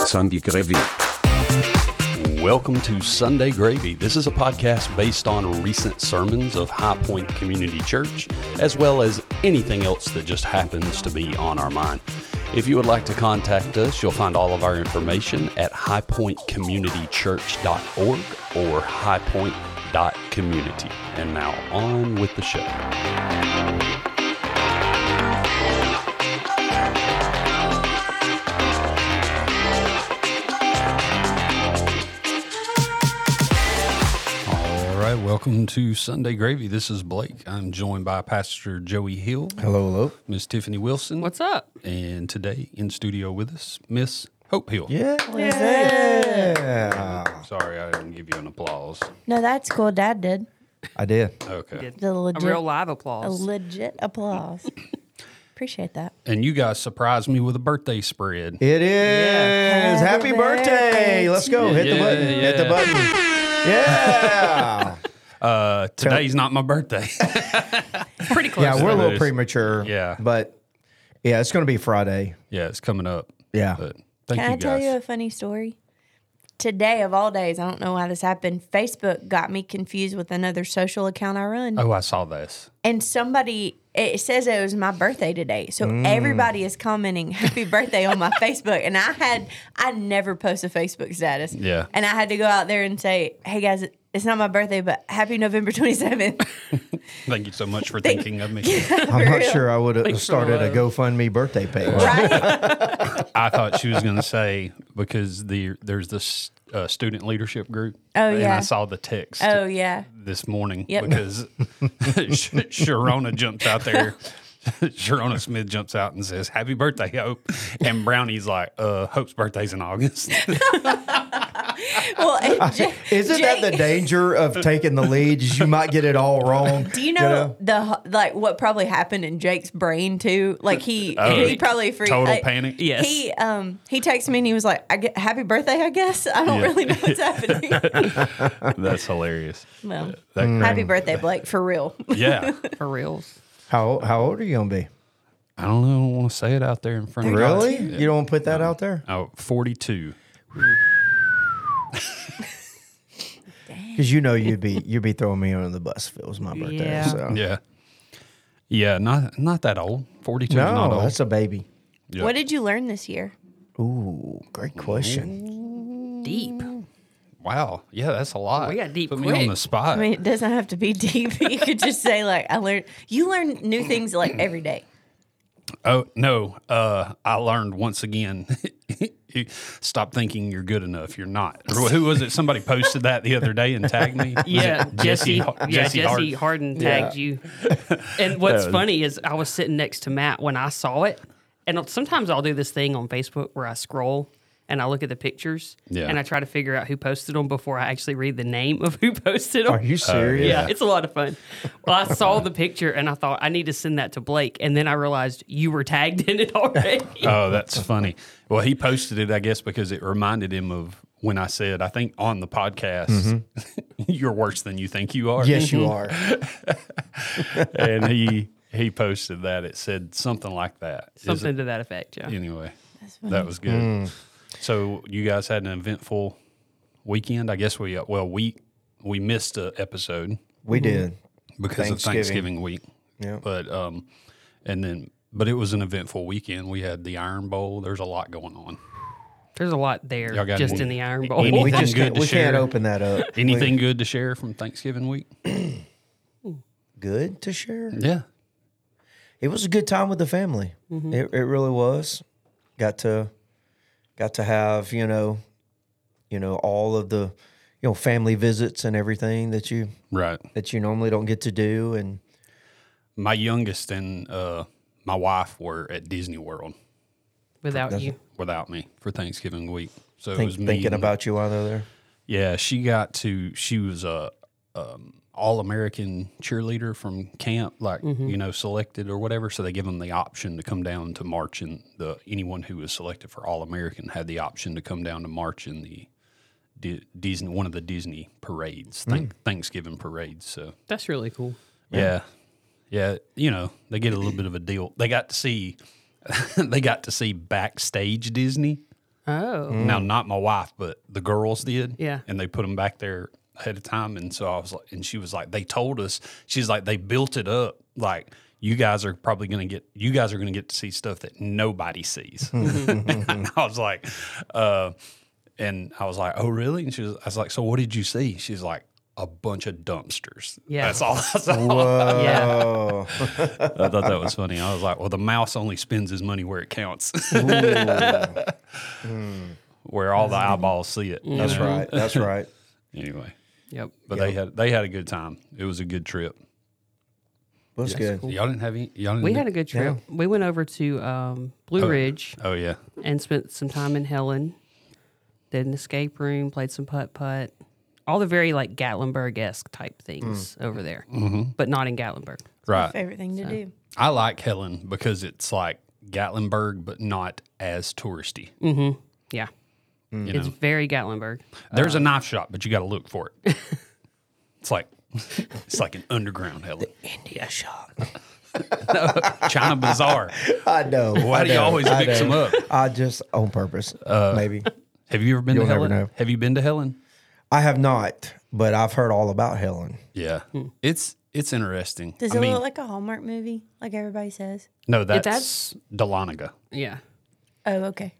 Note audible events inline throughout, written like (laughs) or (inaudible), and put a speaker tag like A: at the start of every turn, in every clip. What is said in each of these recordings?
A: Sunday Gravy.
B: Welcome to Sunday Gravy. This is a podcast based on recent sermons of High Point Community Church, as well as anything else that just happens to be on our mind. If you would like to contact us, you'll find all of our information at highpointcommunitychurch.org or highpoint.community. And now on with the show. All right, welcome to Sunday Gravy. This is Blake. I'm joined by Pastor Joey Hill,
C: Hello, hello.
B: Miss Tiffany Wilson.
D: What's up?
B: And today in studio with us, Miss Hope Hill.
C: Yeah.
B: Sorry, I didn't give you an applause.
E: No, that's cool. Dad did.
C: I did.
B: Okay.
E: The legit,
D: A real live
E: a
D: applause.
E: legit
D: (laughs)
E: applause. Appreciate that.
B: And you guys surprised me with a birthday spread.
C: It is. Happy
E: Happy
C: birthday.
E: birthday
C: Let's go. Hit the
B: Yeah,
C: button. Hit the
B: yeah.
C: button. Yeah.
B: Uh, today's not my birthday. (laughs)
D: Pretty close.
C: yeah, we're a little
B: is.
C: premature.
B: Yeah.
C: But yeah, it's going to be Friday.
B: yeah, it's coming up.
C: Yeah.
B: But thank
E: Can
B: you
E: I
B: guys.
E: tell you a funny story? Today, of all days, I don't know why this happened. Facebook got me confused with another social account I run.
B: oh, I saw this.
E: And somebody, it says it was my birthday today. So
B: Mm.
E: everybody is commenting happy birthday on my Facebook. And I had, I never post a Facebook status.
B: Yeah.
E: And I had to go out there and say, hey guys, it's not my birthday, but happy
B: (laughs)
E: November 27th.
B: Thank you so much for thinking of me.
E: (laughs)
C: I'm not sure I would have
D: for
C: started
D: the
C: a GoFundMe birthday page.
E: right?
B: I thought she was going to say because the there's this uh, student leadership group.
E: Oh,
B: and I
E: yeah.
B: saw the text.
E: Oh, yeah.
B: this morning
E: Yep.
B: because (laughs) Sh- Sharona jumps out there. (laughs) Sharona Smith jumps out and says, Happy birthday, Hope. And Brownie's like, uh, Hope's birthday's in
C: (laughs)
B: August.
E: (laughs) Well, and Ja-
C: Isn't that the
E: Jake-
C: danger of taking the lead? Is you might get it all wrong.
E: Do you know, the like what probably happened in Jake's brain too? Like he
B: Oh,
E: he probably freaked
B: total
E: like,
B: panic?
D: Yes.
E: He um he texted me and he was like, "I get happy birthday, I guess. I don't
B: Yeah.
E: really know what's
B: (laughs)
E: happening." (laughs)
B: That's hilarious.
E: well,
B: That great-
E: happy birthday, Blake, for real. (laughs)
B: Yeah.
D: For reals.
C: How how old are you going to be?
B: I don't know. I don't want to say it out there in front of
C: Really? You don't put that out there?
B: Oh, 42.
C: Because you know you'd be you'd be throwing me under the bus if it was my birthday.
D: Yeah.
C: So.
B: Yeah. Yeah. Not not that old. 42 is not
C: No,
B: old.
C: that's a baby.
B: Yeah.
E: What did you learn this year?
C: Ooh, great question.
D: Deep.
B: wow. Yeah. That's a lot.
D: We got deep
B: Put me
D: quick.
B: on the spot.
E: I mean, it doesn't have to be deep. (laughs) You could just say like, "I learned." You learn new things like every day.
B: Oh no! Uh, I learned once again. (laughs) stop thinking you're good enough. You're not. Or who was it? Somebody posted that the other day and tagged me. Was (laughs)
D: (laughs) Yeah,
B: it
D: Jesse.
B: Har-
D: yeah, Jesse
B: Hart?
D: Harden, tagged you. And what's funny is I was sitting next to Matt when I saw it, and sometimes I'll do this thing on Facebook where I scroll and I look at the pictures,
B: Yeah.
D: and I try to figure out who posted them before I actually read the name of (laughs) who posted them.
C: Are
B: Uh,
C: you serious?
D: yeah, it's a lot of fun. Well, I saw the picture and I thought I need to send that to Blake, and then I realized you were tagged (laughs) in it already.
B: Oh, that's funny. Well, he posted it, I guess, because it reminded him of when I said, I think on the podcast, (laughs) you're worse than you think you are.
C: (laughs) Yes, you are.
B: and he he posted that. It said something like that. Is it-
D: Something to that effect. Yeah.
B: anyway, that was good.
C: Mm.
B: So you guys had an eventful weekend. I guess we uh, well we we missed an episode
C: We did.
B: because of
C: Thanksgiving.
B: Thanksgiving week.
C: Yeah.
B: But um, and then but it was an eventful weekend. We had the Iron Bowl. There's a lot going on.
D: There's a lot there
B: Y'all got
D: just
B: any-
D: in the Iron
B: any-
D: Bowl.
C: we
B: Anything
C: just
B: good
C: can't,
B: to
C: we
B: share?
C: can't open that up.
B: Anything good to share from Thanksgiving
C: (clears throat)
B: week?
C: good to share?
B: Yeah.
C: It was a good time with the family.
B: Mm-hmm.
C: It, it really was. Got to got to have you know, you know all of the you know family visits and everything that you
B: Right.
C: that you normally don't get to do and
B: My youngest and uh, my wife were at Disney World
D: without you.
B: without me for Thanksgiving week. So it
C: think,
B: was me
C: thinking
B: and-
C: about you while they're there.
B: Yeah, she got to. She was a um, all American cheerleader from camp, like you know, selected or whatever. So they give them the option to come down to march in the. Anyone who was selected for all American had the option to come down to march in the Di- Disney one of the Disney parades, thank, Thanksgiving parades. So
D: That's really cool.
B: yeah. Yeah, you know, they (laughs) get a little bit of a deal. They got to see they got to see backstage Disney
D: Oh.
B: Now, not my wife, but the girls did.
D: Yeah.
B: And they put them back there ahead of time. And so I was like, and she was like, they told us, she's like, they built it up. Like, you guys are probably going to get, you guys are going to get to see stuff that nobody
D: (laughs)
B: sees. and I was like, uh, and I was like, oh, really? And she was, I was like, so what did you see? She's like, a bunch of dumpsters.
D: Yeah.
B: That's all I saw.
D: Yeah.
C: Oh,
B: I thought that was funny. I was like, well, the mouse only spends his money where it counts, (laughs) where all the eyeballs see it. you
C: that's
B: know?
C: right. That's right.
B: Anyway,
D: Yep.
B: but they had they had a good time. It was a good trip.
C: That's good.
B: Y'all didn't have any. Y'all didn't
D: We
B: do-
D: had a good trip. We went over to um, Blue Ridge
B: Oh yeah,
D: and spent some time in Helen. Did an escape room, played some putt putt, all the very like Gatlinburg esque type things
B: Mm.
D: over there,
B: Mm-hmm.
D: but not in Gatlinburg.
B: right.
E: Favorite thing to do.
B: I like Helen because it's like Gatlinburg, but not as touristy.
D: Mm. Yeah,
B: You
D: it's
B: know,
D: very Gatlinburg. Uh,
B: there's a knife shop, but you got to look for
D: (laughs)
B: it. it's like (laughs) it's like an underground Helen,
D: India shock.
B: China Bazaar.
C: I
B: (laughs)
C: know.
B: Why
C: I
B: do you
C: know,
B: always
C: I
B: mix
C: know.
B: 'em up? Uh.
C: I just on purpose, maybe.
B: Have you ever been
C: You'll
B: to
C: never
B: Helen?
C: know.
B: Have you been to Helen?
C: I have not, but I've heard all about Helen.
B: Yeah,
D: Hmm.
B: it's it's interesting.
E: Does
B: I
E: it
B: mean,
E: look like a Hallmark movie, like everybody says?
B: no, that's,
D: that's-
B: Dahlonega.
D: Yeah,
E: Oh, okay.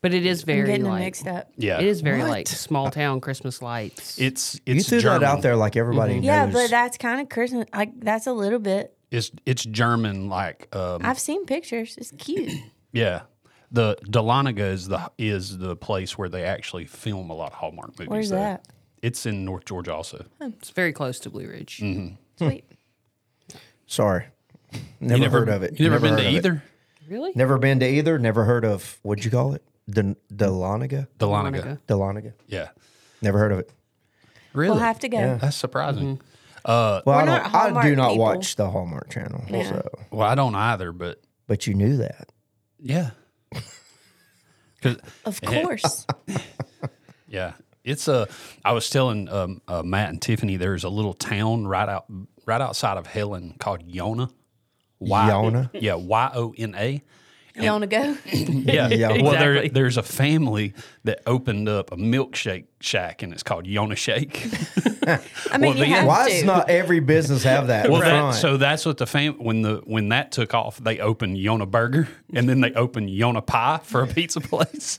D: but it is
E: I'm
D: very
E: getting them
D: like
E: mixed up.
B: Yeah,
D: it is very like small town Christmas lights.
B: It's
C: You
B: it's
C: threw
B: German.
C: that out there like everybody knows.
E: Mm-hmm. Yeah, but that's kind of Christmas. Like that's a little bit.
B: It's it's German like um,
E: I've seen pictures. It's
B: (clears throat)
E: cute.
B: yeah. The Dahlonega is the is the place where they actually film a lot of Hallmark movies.
E: Where's
B: though.
E: that?
B: It's in North Georgia also.
D: It's very close to Blue Ridge.
B: Mm-hmm. (laughs)
E: Sweet.
C: Sorry, never, heard of it.
B: You never, been
C: heard
B: to
C: of it.
B: either?
D: Really?
C: Never been to either. Never heard of. What'd you call it? Del- Deloniga.
B: Dahlonega.
D: Dahlonega.
C: Deloniga.
B: Yeah.
C: Never heard of it.
B: Really?
E: We'll have to go. Mm-hmm.
B: That's surprising. Uh,
C: Well,
E: We're
C: I
E: not
C: don't. I do
E: Hallmark
C: not
E: people.
C: watch the Hallmark Channel. So,
B: Well, I don't either, but
C: but you knew that.
B: yeah. (laughs) 'Cause- (laughs)
E: Of course.
B: yeah. It's a. I was telling um, uh, Matt and Tiffany there's a little town right out right outside of Helen called Yona. Y-
C: Yona?
B: Yeah, Y O N A.
E: you want to go?
B: Yeah.
C: Yeah.
B: Well, there,
D: Exactly.
B: there's a family that opened up a milkshake shack, and it's called Yona (laughs) Shake.
E: I mean,
B: Well, the-
E: you have
C: Why
E: to.
C: does not every business have
B: (laughs)
C: that?
B: well, that,
C: front?
B: so that's what the fam when the when that took off, they opened Yona Burger, and then they opened Yona Pie for a pizza (laughs) place.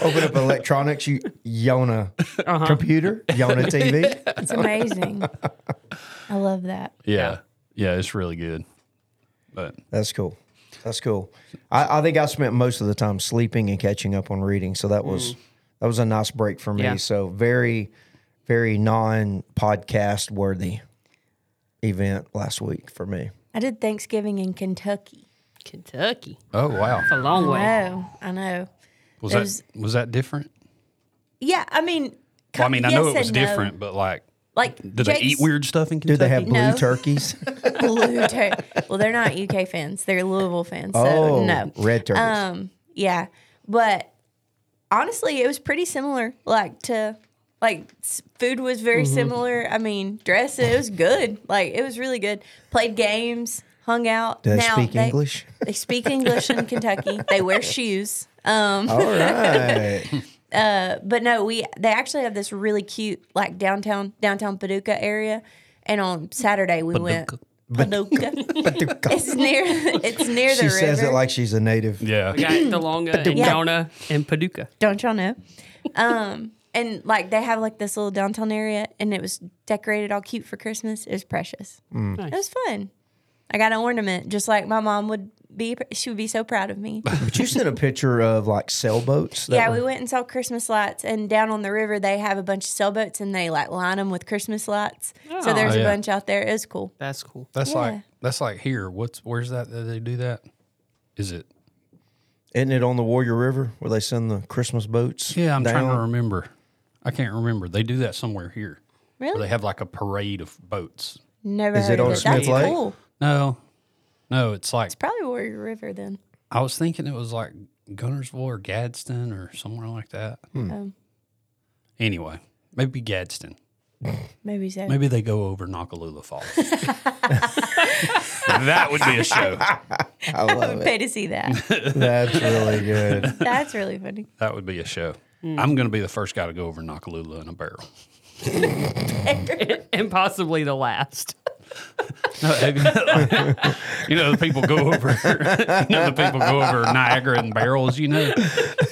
C: Open up electronics. You
E: (laughs)
C: Yona
E: Uh-huh.
C: computer. Yona
B: (laughs)
C: TV.
E: It's amazing. I love that.
B: Yeah. yeah, it's really good. But
C: That's cool. That's cool. I, I think I spent most of the time sleeping and catching up on reading, so that was
B: Mm.
C: that was a nice break for me.
D: Yeah.
C: So very, very non podcast worthy event last week for me.
E: I did Thanksgiving in Kentucky.
D: Kentucky.
B: oh wow,
D: A long way.
E: Oh, I know.
B: was
E: It
B: that
E: was-
B: was that different?
E: Yeah, I mean,
B: Well, I mean, I know
E: yes
B: it was
E: and no.
B: different, but like,
E: Like,
B: do they eat weird stuff in
C: Do
B: Kentucky?
C: they have blue
E: (laughs) No.
C: turkeys?
E: blue tur- Well, they're not UK fans; they're Louisville fans. So
C: oh,
E: no,
C: red turkeys.
E: Um, yeah, but honestly, it was pretty similar. Like to like s- food was very
C: Mm-hmm.
E: similar. I mean, dress it was good. Like it was really good. Played games, hung out.
C: Do they speak
E: (laughs)
C: English?
E: They speak
C: (laughs)
E: English in Kentucky. They wear shoes. Um,
C: All right.
E: but no, we they actually have this really cute like downtown downtown Paducah area, and on Saturday we went Paducah. (laughs) it's near it's near the
C: (laughs) she
E: river.
C: says it like she's a native.
B: yeah,
D: We got DeLonga and
E: Yeah.
D: Yona and Paducah.
E: don't y'all know? Um, (laughs) and like they have like this little downtown area, and it was decorated all cute for Christmas. It was precious.
C: Mm.
E: It was fun. I got an ornament just like my mom would be. She would be so proud
C: (laughs)
E: of me.
C: But you sent a picture of like sailboats. that
E: yeah,
C: were-
E: we went and saw Christmas lights, and down on the river they have a bunch of sailboats, and they like line them with Christmas lights. So
D: Oh.
E: there's
B: Oh,
E: a
B: yeah.
E: bunch out there. It was cool.
D: That's cool.
B: that's
E: Yeah.
B: like that's like here. What's where's that that they do that? Is it?
C: Isn't it on the Warrior River where they send the Christmas boats?
B: Yeah, I'm trying
C: down?
B: to remember. I can't remember. They do that somewhere here. Where
E: Really?
B: they have like a parade of boats.
E: Never
C: Is it
E: heard
C: on
E: of it.
C: Smith
E: That's
C: Lake?
E: cool.
B: No, no, it's like
E: Probably Warrior River then.
B: I was thinking it was like Gunnersville or Gadsden or somewhere like that.
E: Um,
B: Anyway, maybe Gadsden.
E: Maybe so.
B: Maybe they go over Nakalula Falls. that would be a show.
C: I
E: I
C: love
E: would
C: it.
E: pay to see that.
C: That's really good.
E: That's really funny.
B: That would be a show. I'm going to be the first guy to go over Nakalula in a barrel.
D: (laughs) and possibly the last.
B: No, have (laughs) you, you know, the people go over. (laughs) You know, the people go over Niagara in barrels. You know,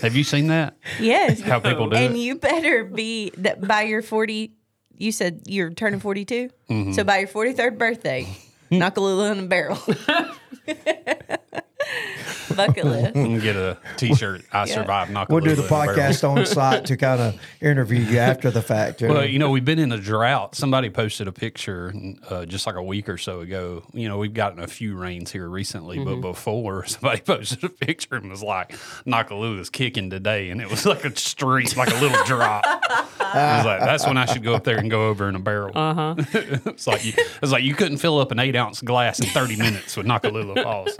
B: have you seen that?
E: Yes.
B: How people do
E: and
B: it?
E: you better be that by your 40 you said you're turning 42 so by your 43rd birthday knock a little in a barrel bucket list
B: and get a T-shirt. I survived Nakalula.
C: We'll do the
B: in a barrel.
C: podcast on site to kind of interview you after the fact. you know.
B: Well, you know, we've been in a drought. Somebody posted a picture uh, just like a week or so ago. You know, we've gotten a few rains here recently, but before (laughs) somebody posted a picture and was like, Nakalula's kicking today. And it was like a street, like a little drop. I was like, that's when I should go up there and go over in a barrel. Uh-huh. (laughs) it's, like you, it's like you couldn't fill up an eight ounce glass in 30 minutes with Nakalula Falls.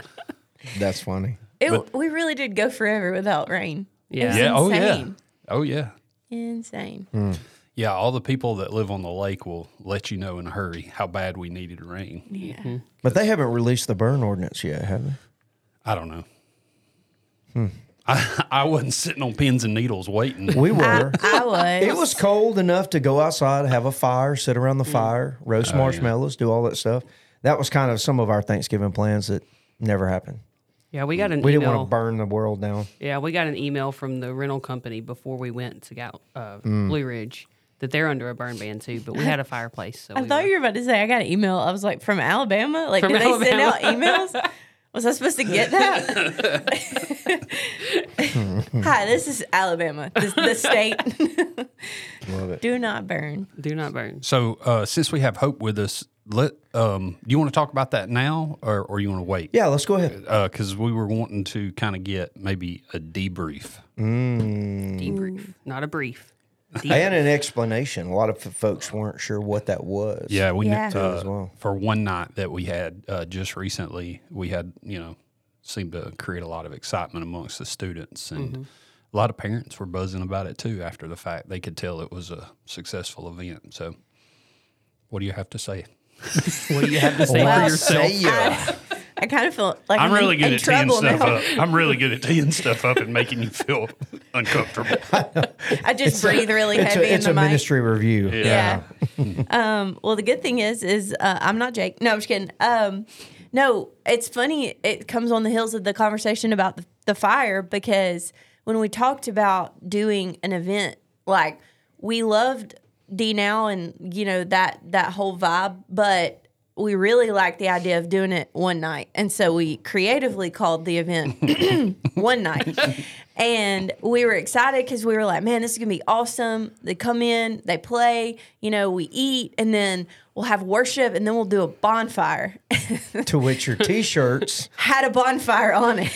C: That's funny.
E: it, we really did go forever without rain
D: Yeah.
E: It's
B: Yeah. Oh, yeah.
E: insane.
B: Oh, yeah.
E: insane
B: Yeah. All the people that live on the lake will let you know in a hurry how bad we needed rain.
E: yeah
C: But they haven't released the burn ordinance yet, have they?
B: I don't know. I, (laughs) I wasn't sitting on pins and needles waiting.
C: We were.
E: i was
C: (laughs) It was cold enough to go outside, have a fire, sit around the fire, roast marshmallows, do all that stuff. That was kind of some of our Thanksgiving plans that never happened.
D: Yeah, we got an
C: We didn't
D: email.
C: want to burn the world down.
D: Yeah, we got an email from the rental company before we went to Gal- uh, Blue Ridge that they're under a burn ban too, but we had a fireplace. So
E: (laughs) i
D: we
E: thought
D: were-
E: you were about to say i got an email i was like from alabama like
D: From
E: do they send out
D: Alabama.
E: emails was i supposed to get that (laughs) hi this is alabama this, the state
C: Love it.
E: do not burn
D: do not burn.
B: So uh, since we have Hope with us, let um, do you want to talk about that now, or, or you want to wait?
C: Yeah, let's go ahead.
B: Because we were wanting to kind of get maybe a debrief.
D: Debrief, not a brief.
C: And an explanation. A lot of f- folks weren't sure what that was.
B: Yeah, we
E: Yeah.
B: uh,
C: As well.
B: for one night that we had uh, just recently, we had you know seemed to create a lot of excitement amongst the students, and a lot of parents were buzzing about it too. After the fact, they could tell it was a successful event. So, what do you have to say?
D: What do you have to say
C: Well,
D: for
C: say
D: yourself?
C: ya.
E: I kind of feel like
B: I'm
E: in-
B: really
E: in
B: good at teeing
E: trouble
B: stuff
E: now.
B: up. I'm really good at teeing stuff up and making you feel uncomfortable.
E: (laughs) I just breathe really
C: It's
E: heavy
C: a, it's a
E: in the mic.
C: ministry review.
E: Yeah. (laughs) um, well, the good thing is, is uh, I'm not Jake. No, I'm just kidding. Um, no, it's funny. It comes on the heels of the conversation about the, the fire because when we talked about doing an event, like we loved D now and you know that that whole vibe, but we really liked the idea of doing it one night, and so we creatively called the event one
C: (laughs)
E: night. and we were excited because we were like, man, this is going to be awesome. They come in, they play, you know, we eat, and then we'll have worship, and then we'll do a bonfire. (laughs)
C: To which your t shirts,
E: Had a bonfire on it.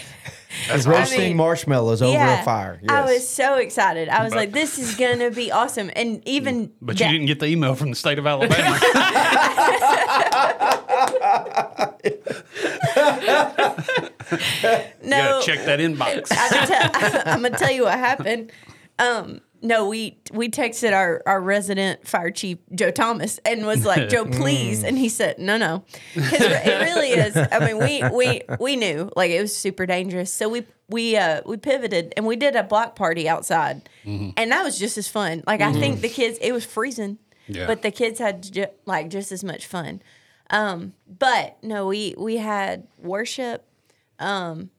C: roasting
E: mean,
C: marshmallows over a fire. Yes.
E: I was so excited. I was like, this is going to be awesome. And even.
B: But
E: Da-
B: you didn't get the email from the state of Alabama. You
E: No.
B: gotta check that inbox.
E: (laughs) I can tell, I'm gonna tell you what happened. Um, no, we we texted our our resident fire chief Joe Thomas and was like, Joe, please, and he said, No, no, because it really is. I mean, we we we knew like it was super dangerous, so we we uh, we pivoted and we did a block party outside, and that was just as fun. Like I think the kids, it was freezing,
B: Yeah.
E: but the kids had ju- like just as much fun. Um, but no, we we had worship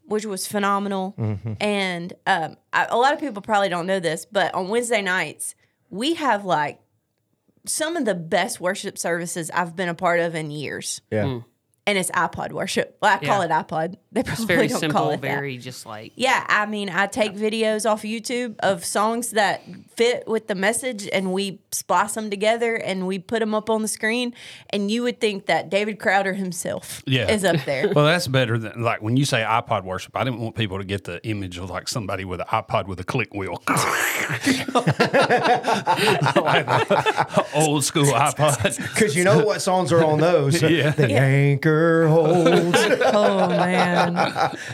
E: which was phenomenal.
D: Mm-hmm.
E: And um, I, a lot of people probably don't know this, but on Wednesday nights, we have like some of the best worship services I've been a part of in years.
C: yeah.
B: Hmm.
E: And it's iPod worship. (laughs) Well, I call
D: Yeah.
E: it iPod. (laughs) They probably
D: It's very
E: don't call
D: simple,
E: it that.
D: very just like
E: Yeah, I mean, I take videos off YouTube of songs that fit with the message, and we splice them together and we put them up on the screen. And you would think that David Crowder himself
B: Yeah.
E: is up
D: (laughs)
E: there.
B: Well, that's better than like when you say iPod worship. I didn't want people to get the image of like somebody with an iPod with a click wheel, (laughs) Like a old school iPod.
E: (laughs)
C: Because you know what songs are on those.
B: (laughs) Yeah.
C: The anchor anchor
E: (laughs)
C: holds.
E: Oh man.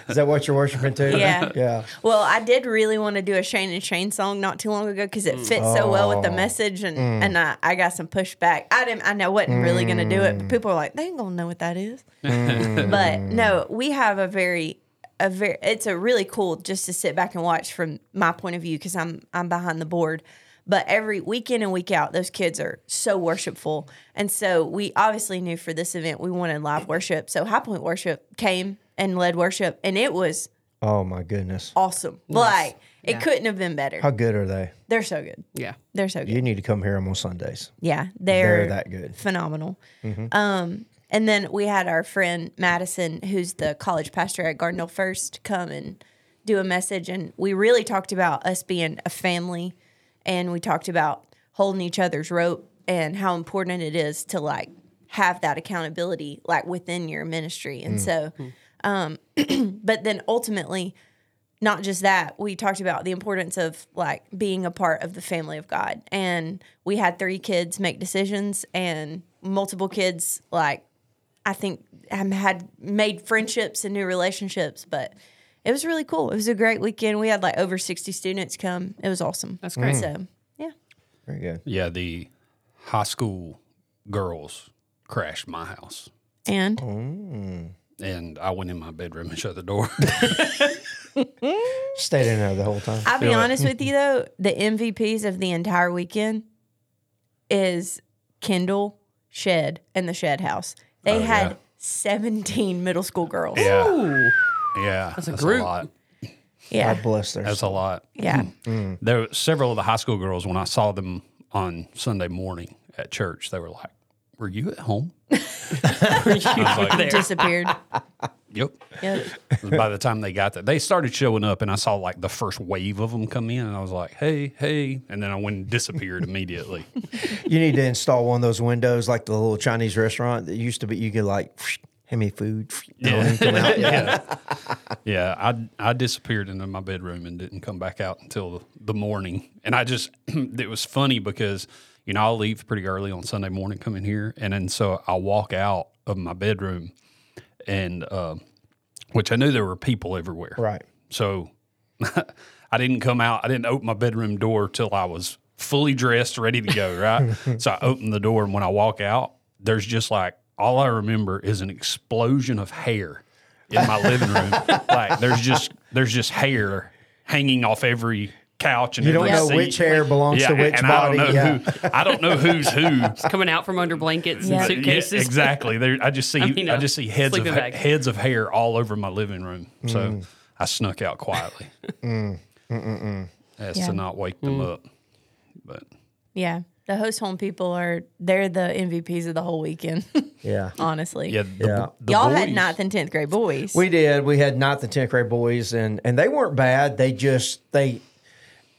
C: Is that what you're worshiping to?
E: Yeah.
C: Yeah.
E: Well, I did really want to do a Shane and Shane song not too long ago because it fits so well with the message, and and I, I got some pushback. I didn't, I know, wasn't really gonna do it, but people were like, they ain't gonna know what that is. but no, we have a very a very it's a really cool just to sit back and watch from my point of view because I'm I'm behind the board. But every week in and week out, those kids are so worshipful. And so we obviously knew for this event we wanted live worship. So High Point Worship came and led worship, and it was
C: Oh my goodness.
E: awesome. Like it couldn't have been better.
C: How good are they?
E: They're so good.
D: Yeah.
E: They're so good.
C: You need to come hear them on Sundays.
E: Yeah, they're,
C: They're that good. Mm-hmm.
E: Phenomenal. Um, and then we had our friend Madison, who's the college pastor at Gardendale First, come and do a message, and we really talked about us being a family, and we talked about holding each other's rope and how important it is to like have that accountability like within your ministry,
C: Mm.
E: and so. Um, (clears throat) but then ultimately, not just that, we talked about the importance of like being a part of the family of God. And we had three kids make decisions and multiple kids like I think um, had made friendships and new relationships, but it was really cool. It was a great weekend. We had like over 60 students come. It was awesome.
D: That's great.
E: So, yeah.
C: Very good.
B: Yeah, the high school girls crashed my house,
E: And
B: and I went in my bedroom and shut the door.
C: Stayed in there the whole
E: (laughs)
C: time.
E: I'll be
B: Feel it.
E: honest with you though, the MVPs of the entire weekend is Kendall, Shed, and the Shed House. They
B: Oh,
E: had
B: yeah.
E: 17 middle school girls. Yeah.
B: yeah,
D: Ooh.
B: yeah, that's
D: a group.
B: lot.
E: Yeah.
C: God bless their
B: That's a lot.
E: Yeah.
B: There were several of the high school girls when I saw them on Sunday morning at church. They were like, "Were you at home?" I was like,
E: Disappeared.
B: "Yep."
E: Yep.
B: by the time they got there, they started showing up, and I saw like the first wave of them come in, and I was like, "Hey, hey!" And then I went and disappeared immediately.
C: (laughs) You need to install one of those windows, like the little Chinese restaurant that used to be. You could like (sniffs) hand me food. Yeah. Come out.
B: yeah, yeah. I I disappeared into my bedroom and didn't come back out until the, the morning. And I just (clears throat) it was funny because you know I'll leave pretty early on Sunday morning, come in here, and then so I walk out of my bedroom, and uh, which I knew there were people everywhere,
C: Right.
B: So (laughs) I didn't come out. I didn't open my bedroom door till I was fully dressed, ready to go.
C: (laughs)
B: Right. so I opened the door, and when I walk out, there's just like all I remember is an explosion of hair in my living
C: (laughs)
B: room. Like there's just there's just hair hanging off every couch and
C: You don't
B: every
C: know
B: seat.
C: which hair belongs to which
B: and
C: body.
B: I don't know
C: yeah.
B: who I don't know who's who.
C: (laughs)
D: Coming out from under blankets
E: Yeah.
D: and
E: Yeah,
B: Yeah,
D: suitcases.
B: exactly. There, I
D: (laughs)
B: just see I,
D: mean, uh,
B: just see heads of
D: sleeping
B: ha-
D: bag.
B: heads of hair all over my living room. So I snuck out quietly. As
E: Yeah.
B: to not wake them
D: Mm.
B: up. But
E: Yeah. The host home people are they're the MVPs of the whole weekend, (laughs)
C: Yeah.
E: honestly.
B: yeah, the,
C: Yeah.
B: the
E: Y'all had
B: boys-
E: ninth and tenth grade boys.
C: We did. We had ninth and tenth grade boys, and and they weren't bad. They just they,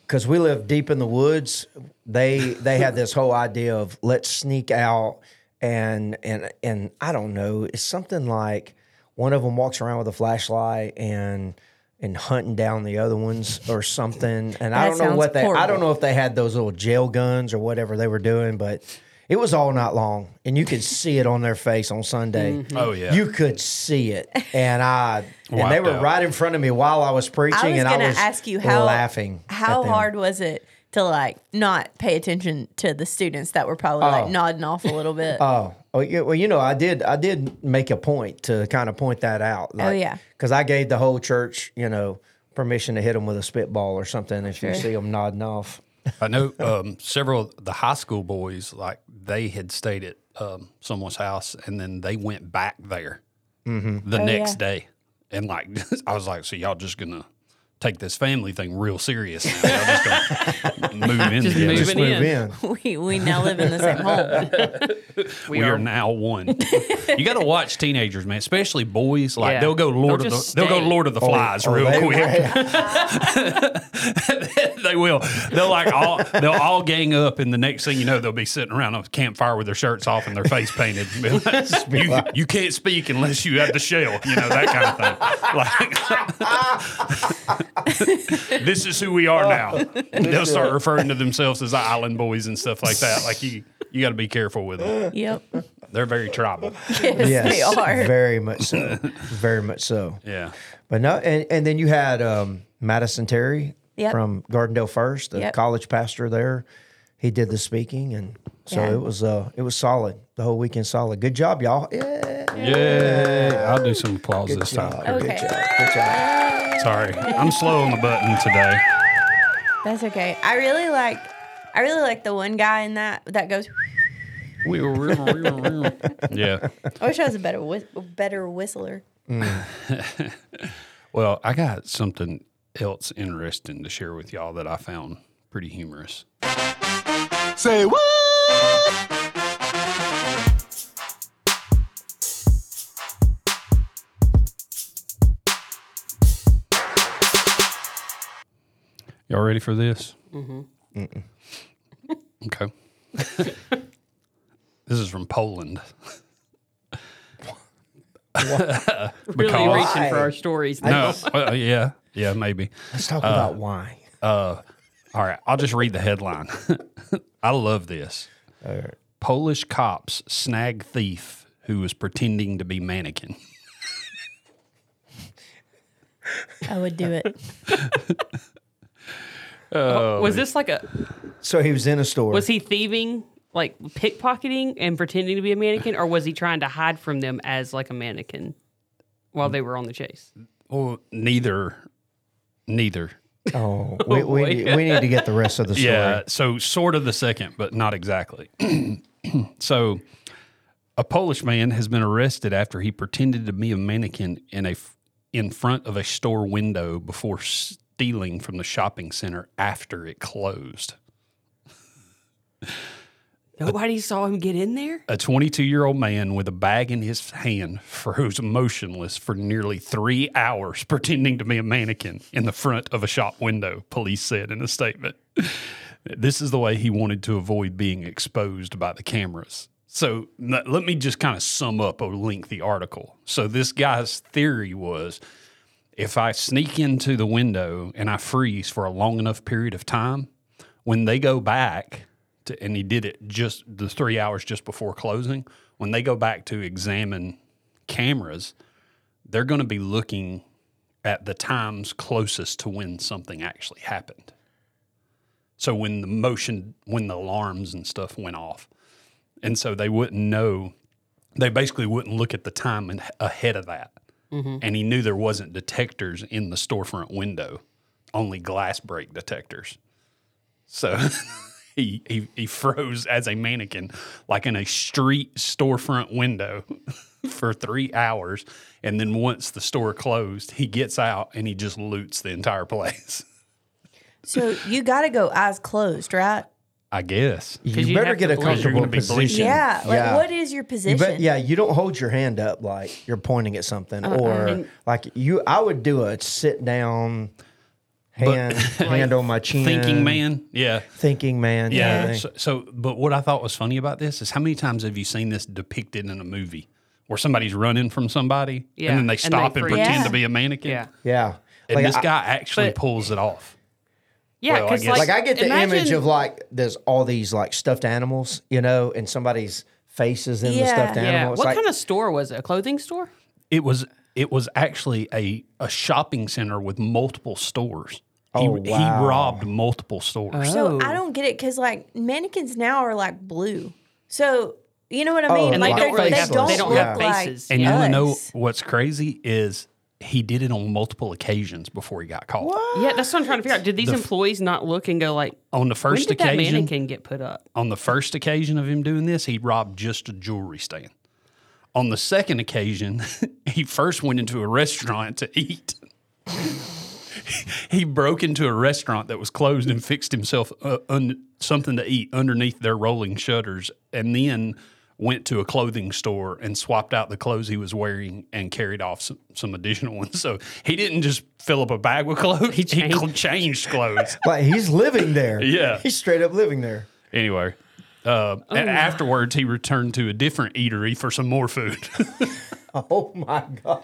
C: because we lived deep in the woods. They they had this whole idea of let's sneak out and and and I don't know. It's something like one of them walks around with a flashlight and and hunting down the other ones or something. And I
E: That
C: don't know
E: sounds
C: what they. I
E: horrible.
C: don't know if they had those little jail guns or whatever they were doing, but. It was all night long, and you could see it on their face on Sunday.
B: Oh yeah.
C: You could see it, and I and they
B: Wiped
C: were
B: out.
C: right in front of me while I was preaching,
E: I was
C: and
E: gonna
C: I was
E: ask you how
C: laughing. at
E: How
C: them.
E: hard was it to like not pay attention to the students that were probably like nodding off a little bit?
C: Oh, oh, yeah, well, you know, I did. I did make a point to kind of point that out.
E: Oh, yeah.
C: because I gave the whole church, you know, permission to hit them with a spitball or something if you see them nodding off.
B: I know um, several of the high school boys, like they had stayed at um, someone's house and then they went back there
D: Oh,
B: the next day. And like, (laughs) I was like, so y'all just gonna take this family thing real serious. now. Y'all just gonna
D: (laughs)
B: move in
D: Just
B: together.
D: move
C: Just
D: Moving
C: move
D: in.
C: in.
E: (laughs) we we now live in the same home.
B: We, are, now one. you got to watch teenagers, man, especially boys. Like
D: Yeah.
B: they'll go Lord
D: They'll
B: of the
D: just
B: they'll go
D: stay.
B: Lord of the Flies
C: Oh,
B: real
C: they-
B: quick. (laughs) they will. They'll like all they'll all gang up, and the next thing you know, they'll be sitting around a campfire with their shirts off and their face painted. (laughs)
C: (laughs)
B: you, you can't speak unless you have the shell, you know that kind of thing. (laughs) Like (laughs) this is who we are
C: Uh,
B: now. They'll start referring to themselves as the island boys and stuff like that. Like you, you got to be careful with them.
E: (laughs) yep.
B: They're very tribal.
E: Yes, they are.
C: very much
B: (laughs)
C: so, very much so.
B: yeah.
C: But no, and, and then you had um, Madison Terry
E: Yep.
C: from Gardendale First, the
E: Yep.
C: college pastor there. He did the speaking, and so
E: Yeah.
C: it was uh, it was solid the whole weekend. Solid, good job, y'all. Yeah,
B: Yay. I'll do some applause
C: good
B: this
C: job,
B: time.
E: Okay.
C: good job, good job.
B: Sorry. I'm slow on the button today.
E: That's okay. I really like. I really like the one guy in that that goes.
B: yeah.
E: I wish I was a better whis- better whistler.
B: Well, I got something else interesting to share with y'all that I found pretty humorous.
A: Say what?
B: Y'all ready for this? Mm-hmm. Okay. this is from Poland. (laughs)
D: Really
B: Because-
D: reaching for our stories.
B: No. (laughs) Well, yeah. Yeah, maybe.
C: Let's talk about wine.
B: All right. I'll just read the headline. (laughs) I love this. Polish cops snag thief who was pretending to be mannequin.
E: I would do it.
D: was this like a
C: So he was in a store.
D: was he thieving like pickpocketing and pretending to be a mannequin or was he trying to hide from them as like a mannequin while they were on the chase
B: Well, neither. Neither.
C: oh, we, we, need- we need to get the rest of the story.
B: Yeah, so sort of the second, but not exactly. (clears throat) so, a Polish man has been arrested after he pretended to be a mannequin in a f- in front of a store window before stealing from the shopping center after it closed.
D: nobody saw him get in there
B: A 22 year old man with a bag in his hand froze motionless for nearly three hours, (laughs) pretending to be a mannequin in the front of a shop window, police said in a statement. This is the way he wanted to avoid being exposed by the cameras. So n- let me just kind of sum up a lengthy article. So, this guy's theory was if I sneak into the window and I freeze for a long enough period of time, when they go back to, and he did it just the three hours just before closing, when they go back to examine cameras, they're going to be looking at the times closest to when something actually happened. So when the motion, when the alarms and stuff went off. And so they wouldn't know, they basically wouldn't look at the time and ahead of that. And he knew there wasn't detectors in the storefront window, only glass break detectors. So (laughs) he, he, he froze as a mannequin, like in a street storefront window (laughs) for three hours. And then once the store closed, he gets out and he just loots the entire place.
E: (laughs)
B: (laughs)
E: So you got to go eyes closed, right?
B: I guess.
C: You,
D: you'd
C: better
D: have
C: get
D: to
C: a
D: believe you're
C: comfortable
B: gonna be
C: position.
B: bleaching.
E: Yeah. Like,
C: Yeah.
E: what is your
C: You
E: position?
C: bet, yeah, you don't hold your hand up like you're pointing at something, or like you. I would do a sit down, hand hand on my chin,
B: Thinking man. Yeah.
C: thinking man. kind of
B: Yeah.
C: thing.
B: So, so, but what I thought was funny about this is how many times have you seen this depicted in a movie where somebody's running from somebody
D: Yeah,
B: and then they
D: and they
B: stop and,
D: freeze.
B: pretend
E: Yeah.
B: to be a mannequin?
D: yeah
C: yeah.
B: And
C: Like,
B: this
C: I,
B: guy actually
D: but-
B: pulls it off.
D: yeah
B: Well, I
D: because
B: guess-
C: like I get the image
D: imagine-
C: of like there's all these like stuffed animals, you know, and somebody's faces in the
E: Yeah.
C: stuffed
D: yeah
C: animal. It's
D: what
C: like,
D: kind of store was it a clothing store
B: It was it was actually a a shopping center with multiple stores.
C: Oh,
B: he,
C: wow.
B: he robbed multiple stores.
E: So
D: Oh.
E: I don't get it because like mannequins now are like blue. So you know what I mean?
C: Oh, And
E: like
C: they don't
E: they're-
C: really
E: they
C: have-
E: don't
C: they
D: don't
E: look
D: have
E: like
D: faces.
B: and you want to
E: us.
B: know what's crazy is he did it on multiple occasions before he got caught.
D: yeah that's what i'm trying to figure out did these employees not look and go like
B: On the
D: when
B: first
D: did that
B: occasion,
D: mannequin get put up
B: On the first occasion of him doing this, he robbed just a jewelry stand. On the second occasion, (laughs) he first went into a restaurant to eat. (laughs) he broke into a restaurant that was closed and fixed himself uh, un- something to eat underneath their rolling shutters, and then went to a clothing store and swapped out the clothes he was wearing and carried off some, some additional ones. So he didn't just fill up a bag with clothes; he changed, he changed clothes.
C: (laughs) like he's living there.
B: Yeah.
C: he's straight up living there.
B: Anyway, uh, a- afterwards (laughs) he returned to a different eatery for some more food.
C: Oh my god.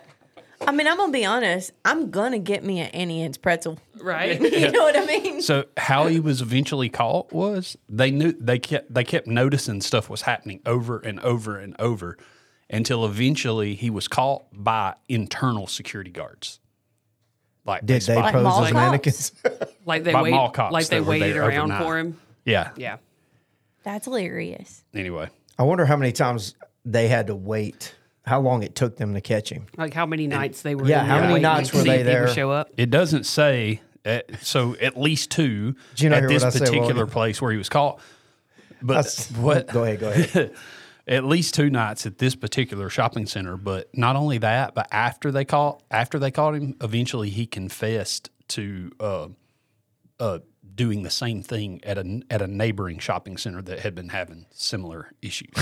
E: I mean, I'm gonna be honest. I'm gonna get me an Annie Ann's pretzel. (laughs)
D: right?
E: You know what I mean?
B: So how he was eventually caught was they knew they kept they kept noticing stuff was happening over and over and over until eventually he was caught by internal security guards. Like
C: Did they
B: spotted-
E: Like
C: pose
E: mall
C: as
E: cops?
C: mannequins?
D: (laughs) Like they
B: By
D: wait,
B: mall cops
D: like they
B: that were
D: waited
B: there
D: around
B: overnight.
D: for him.
B: yeah.
D: Yeah,
E: That's hilarious.
B: Anyway,
C: (laughs) I wonder how many times they had to wait. How long it took them to catch him?
D: like how many nights they were.
C: Yeah,
D: in
C: how
D: there
C: many
D: waiting
C: nights
D: to
C: were
D: see
C: they
D: if he
C: there?
D: would Show up.
B: it doesn't say. uh so at least two
C: you not
B: at
C: hear
B: this
C: what I said,
B: particular
C: Logan?
B: place where he was caught. But (laughs)
C: That's-
B: what
C: Go ahead, go ahead.
B: (laughs) at least two nights at this particular shopping center. But not only that, but after they caught after they caught him, eventually he confessed to uh, uh, doing the same thing at a at a neighboring shopping center that had been having similar issues. (laughs)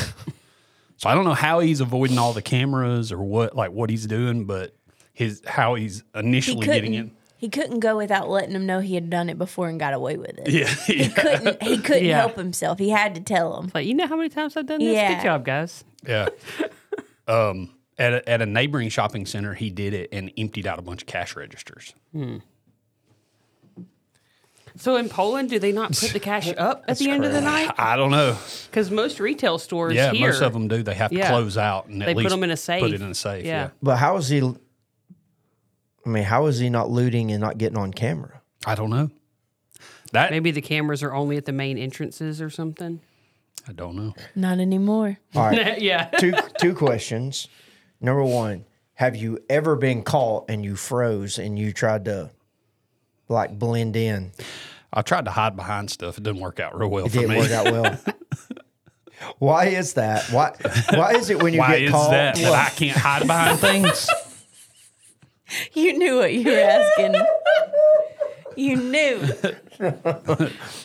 B: so I don't know how he's avoiding all the cameras or what like what he's doing, but his how he's
E: He
B: initially getting in.
E: couldn't. He couldn't go without letting them know he had done it before and got away with it.
B: Yeah,
E: He couldn't. He couldn't
D: Yeah.
E: help himself. He had to tell them.
D: Like you know how many times I've done this.
E: Yeah.
D: Good job, guys.
B: yeah. (laughs) Um, at a, at a neighboring shopping center, he did it and emptied out a bunch of cash registers.
D: So in Poland, do they not put the cash up at the end of the night?
B: I don't know.
D: Because most retail stores
B: Yeah,
D: here,
B: most of them do. They have to
D: Yeah.
B: close out and at
D: They put
B: least
D: 'em in a safe.
B: Put it in a safe. Yeah,
D: Yeah.
C: But how is he? I mean, how is he not looting and not getting on camera?
B: I don't know. That
D: maybe the cameras are only at the main entrances or something.
B: I don't know.
E: Not anymore.
C: All right,
D: (laughs) yeah,
C: two two questions. Number one, have you ever been caught and you froze and you tried to like blend in?
B: I tried to hide behind stuff. It didn't work out real well
C: It
B: for
C: didn't
B: me.
C: work
B: (laughs)
C: out well. Why is that? Why why is it when you
B: Why
C: get
B: is
C: caught?
B: that? That
C: Well,
B: I can't hide
C: (laughs)
B: behind things.
E: You knew what you were asking. you knew.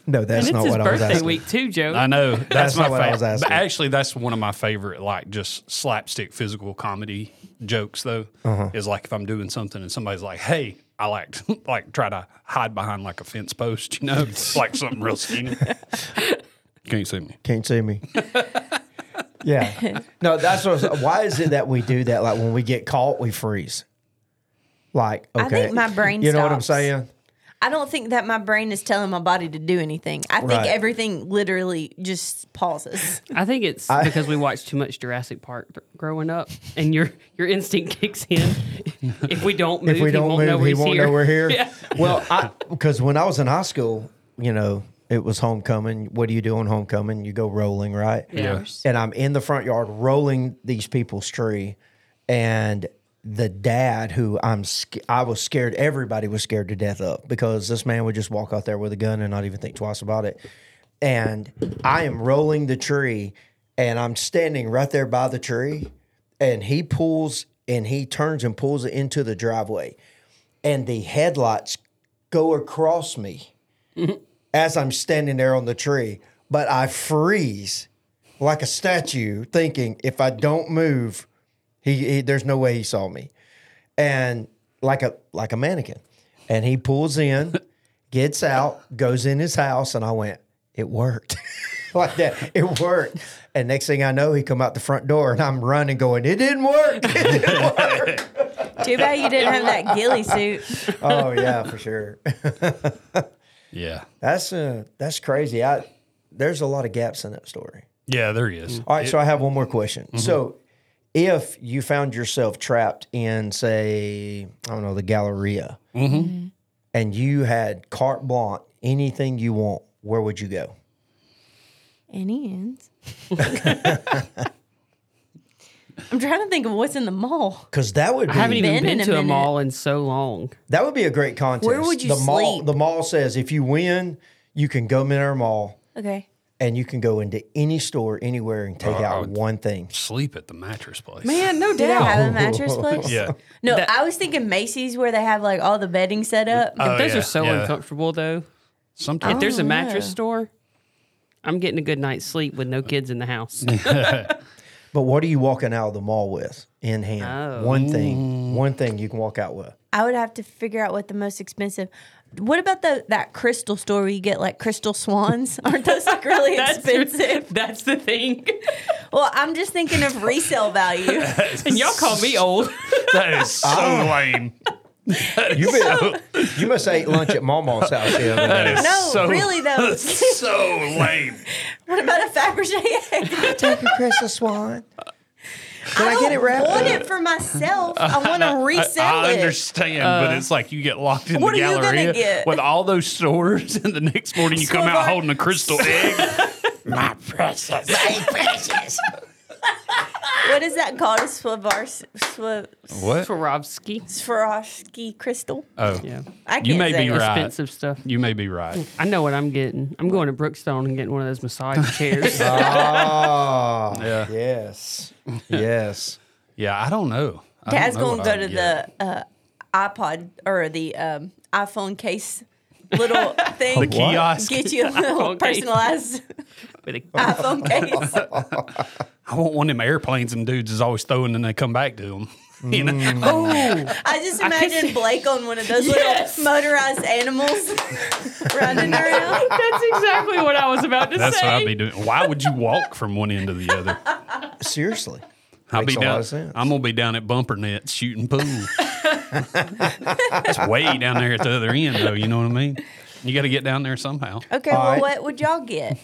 C: no, that's
D: and it's
C: not
D: his
C: what I was
D: birthday
C: asking.
D: week too, Joe.
B: I know that's, my
C: not what I was
B: favorite.
C: asking.
B: Actually, that's one of my favorite, like just slapstick physical comedy jokes. Though
C: Uh-huh.
B: is like if I'm doing something and somebody's like, "Hey," I like (laughs) to, like try to hide behind like a fence post, you know,
C: (laughs)
B: like something real skinny. Can't see me.
C: Can't see
E: (laughs)
C: me. yeah. No, that's what I was, why is it that we do that? Like when we get caught, we freeze. Like okay,
E: think my brain
C: You know what I'm
E: stops.
C: saying?
E: I don't think that my brain is telling my body to do anything. I think
C: Right.
E: everything literally just pauses.
D: I think it's because we watched too much Jurassic Park b- growing up, and your your instinct (laughs) kicks in. If we don't move,
C: If we don't
D: he won't know
C: move,
D: we're
C: he won't know we're here.
D: (laughs) Yeah.
C: Well, I because when I was in high school, you know, it was homecoming. What do you do on homecoming? You go rolling, right?
D: Yeah.
C: and I'm in the front yard rolling these people's tree, and the dad who I'm sc- I was scared everybody was scared to death of because this man would just walk out there with a gun and not even think twice about it, and I am rolling the tree, and I'm standing right there by the tree, and he pulls and he turns and pulls it into the driveway, and the headlights go across me as I'm standing there on the tree, but I freeze like a statue, thinking if I don't move, he, he there's no way he saw me, and like a like a mannequin, and he pulls in, gets out, goes in his house, and I went, it worked. (laughs) Like that, it worked, and next thing I know, he come out the front door, and I'm running, going, "It didn't work." (laughs) It didn't work.
E: Too bad you didn't have that ghillie suit.
C: oh yeah, for sure.
B: Yeah,
C: That's uh, that's crazy. I there's a lot of gaps in that story.
B: yeah. There he is.
C: All right, so I have one more question. So, if you found yourself trapped in, say, I don't know, the Galleria,
E: Mm-hmm.
C: and you had carte blanche, anything you want, where would you go?
E: Annie Ann's. I'm trying to think of what's in the mall.
C: Because that would
D: I haven't
C: be
D: even
E: Been in
D: been,
E: a
D: to a
E: minute.
D: mall in so long.
C: that would be a great contest.
E: Where would you
C: the mall?
E: sleep?
C: The mall says if you win, you can go in our mall
E: Okay.
C: and you can go into any store anywhere and take out one thing.
B: Sleep at the mattress place.
D: Man, no
E: Did I
D: doubt.
E: have a mattress place?
B: Yeah.
E: No,
D: That-
E: I was thinking Macy's where they have like all the bedding set up.
B: Oh,
D: Those
B: yeah,
D: are so
B: yeah.
D: uncomfortable, though. If
B: Sometimes
D: there's
C: Oh,
D: a
E: don't
D: mattress
E: know.
D: store, I'm getting a good night's sleep with no kids in the house.
C: (laughs) But what are you walking out of the mall with in hand? One thing, one thing you can walk out with.
E: I would have to figure out what the most expensive. What about the that crystal store where you get like crystal swans? Aren't those like really expensive?
D: That's the thing. (laughs)
E: Well, I'm just thinking of resale value.
D: And y'all call
B: (laughs)
D: me old.
B: (laughs) That is
E: Oh.
B: so lame.
C: You, been, you must ate lunch at Mama's house the other day.
E: No,
B: So-
E: really though. (laughs)
B: so lame.
E: what about a Fabergé egg?
C: Take a Christmas swan. Can I, get it
E: don't
C: wrapped?
E: want
C: up?
E: it for myself. I want to resell
B: I, I
E: it.
B: understand, but it's like you get locked in
E: what
B: the
E: are you gonna
B: gallery
E: get?
B: with all those swords, and the next morning you come out
E: Sweetheart.
B: holding a
E: (laughs)
B: crystal egg.
E: What is that called? A Swavars- Swa-
B: What?
D: Swarovski.
E: Swarovski crystal?
B: Oh,
D: Yeah.
E: I can't
B: You may
E: say
B: be
E: it.
B: right.
D: Expensive stuff.
B: you may be right.
D: I know what I'm getting. I'm going to Brookstone and getting one of those
C: (laughs)
D: massage chairs.
C: Ah,
B: Yeah.
C: yes, yes.
B: Yeah, I don't know. I don't
E: Dad's
B: know
E: gonna
B: what
E: go
B: I
E: to
B: would get.
E: the uh, iPod or the um, iPhone case little thing.
B: The kiosk.
E: Get you a little
D: iPhone case.
E: personalized
D: With a-
E: iPhone case.
B: I want one of them airplanes them dudes is always throwing and they come back to them. you know?
E: I just
D: could
E: imagine
D: see-
E: Blake on one of those
D: Yes.
E: little motorized animals running around.
D: That's exactly what I was about to
B: That's
D: say.
B: what I'd be doing. Why would you walk from one end to the other?
C: Seriously,
B: I'll be
C: Makes a lot
B: down.
C: of sense.
B: I'm gonna be down at bumper nets shooting pool. it's way down there at the other end, though. You know what I mean? You got to get down there somehow.
E: Okay,
C: All
E: well,
C: right.
E: what would y'all get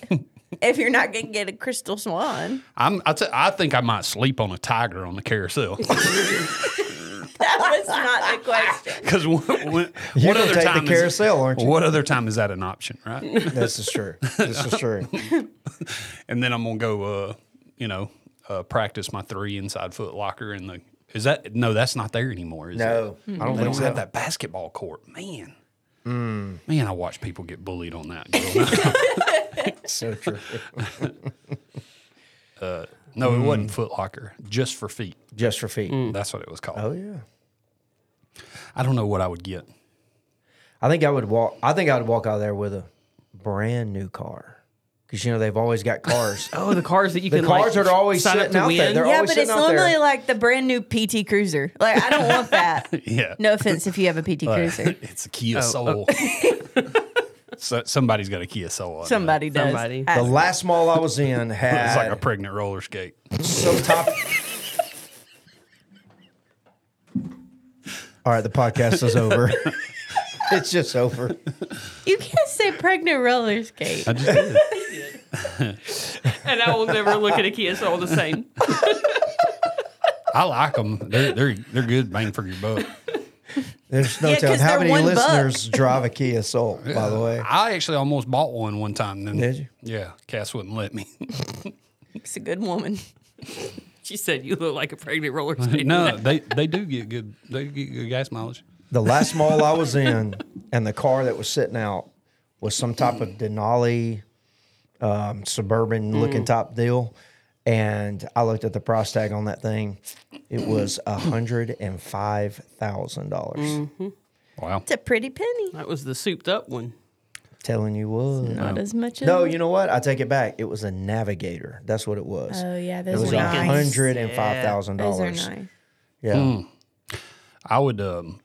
E: if you're not gonna get a crystal swan?
B: I'm. I, t- I think I might sleep on a tiger on the carousel (laughs)
E: That was not the question.
B: because what,
C: (laughs)
B: what,
C: You're
B: what
C: gonna
B: other
C: take the
B: time
C: carousel,
B: is,
C: aren't you?
B: What other time is that an option, right? (laughs)
C: this is true. This is true.
B: and then I'm gonna go. Uh, you know, uh, practice my three inside foot locker in the. Is that no? That's not there anymore. Is
C: No,
B: it?
C: I don't
B: They
C: think
B: don't
C: so.
B: have that basketball court, man.
C: Hmm.
B: Man, I watch people get bullied on that. growing up.
C: So true.
B: no, it wasn't Foot Locker, just for feet.
C: Just for feet.
B: That's what it was called.
C: Oh yeah.
B: I don't know what I would get.
C: I think I would walk. I think I would walk out of there with a brand new car because you know they've always got cars.
D: Oh, the cars that you
C: The
D: can
C: cars
D: like,
C: are always
D: sign up
C: sitting
D: to
C: out there.
D: win.
C: They're
E: Yeah,
C: always
E: but it's
C: sitting out there.
E: normally like the brand new PT Cruiser. Like I don't want that.
B: Yeah. Oh,
E: No offense if you have a PT Cruiser.
B: It's a Kia Soul. oh. (laughs) so, somebody's got a Kia Soul. on
E: Somebody does.
D: Somebody.
E: I-
C: the last mall I was in
B: there. (laughs) It's like a
C: had
B: pregnant roller skate.
C: some top. All right, the podcast is over. (laughs) it's just over.
E: You can't say pregnant roller skate.
B: I just did.
D: and I will never look at a Kia Soul the same.
B: I like them. They're, they're, they're good bang for your buck.
C: There's no
E: Yeah, 'cause
C: telling how
E: they're
C: many
E: one buck.
C: listeners drive a Kia Soul. By the way,
B: I actually almost bought one one time. Then.
C: Did you?
B: Yeah. Cass wouldn't let me.
E: It's a good woman.
D: (laughs) She said you look like a pregnant roller
B: (laughs) (laughs)
D: skater.
B: no, they, they do get good. They get good gas mileage.
C: the last mall I was in and the car that was sitting out was some type of Denali um,
E: Mm.
C: suburban looking top deal. And I looked at the price tag on that thing. It was hundred and five thousand
E: Mm.
C: dollars.
B: Wow.
E: It's a pretty penny.
D: That was the souped up one.
C: Telling you what.
E: Not as much as
C: No, you know what? I take it back. It was a navigator. That's what it was.
E: Oh yeah,
C: it
E: those
C: was
E: are
C: a
E: nice.
C: hundred and five thousand
E: Those are
C: dollars.
E: nice.
C: Yeah.
B: Hmm. I would um,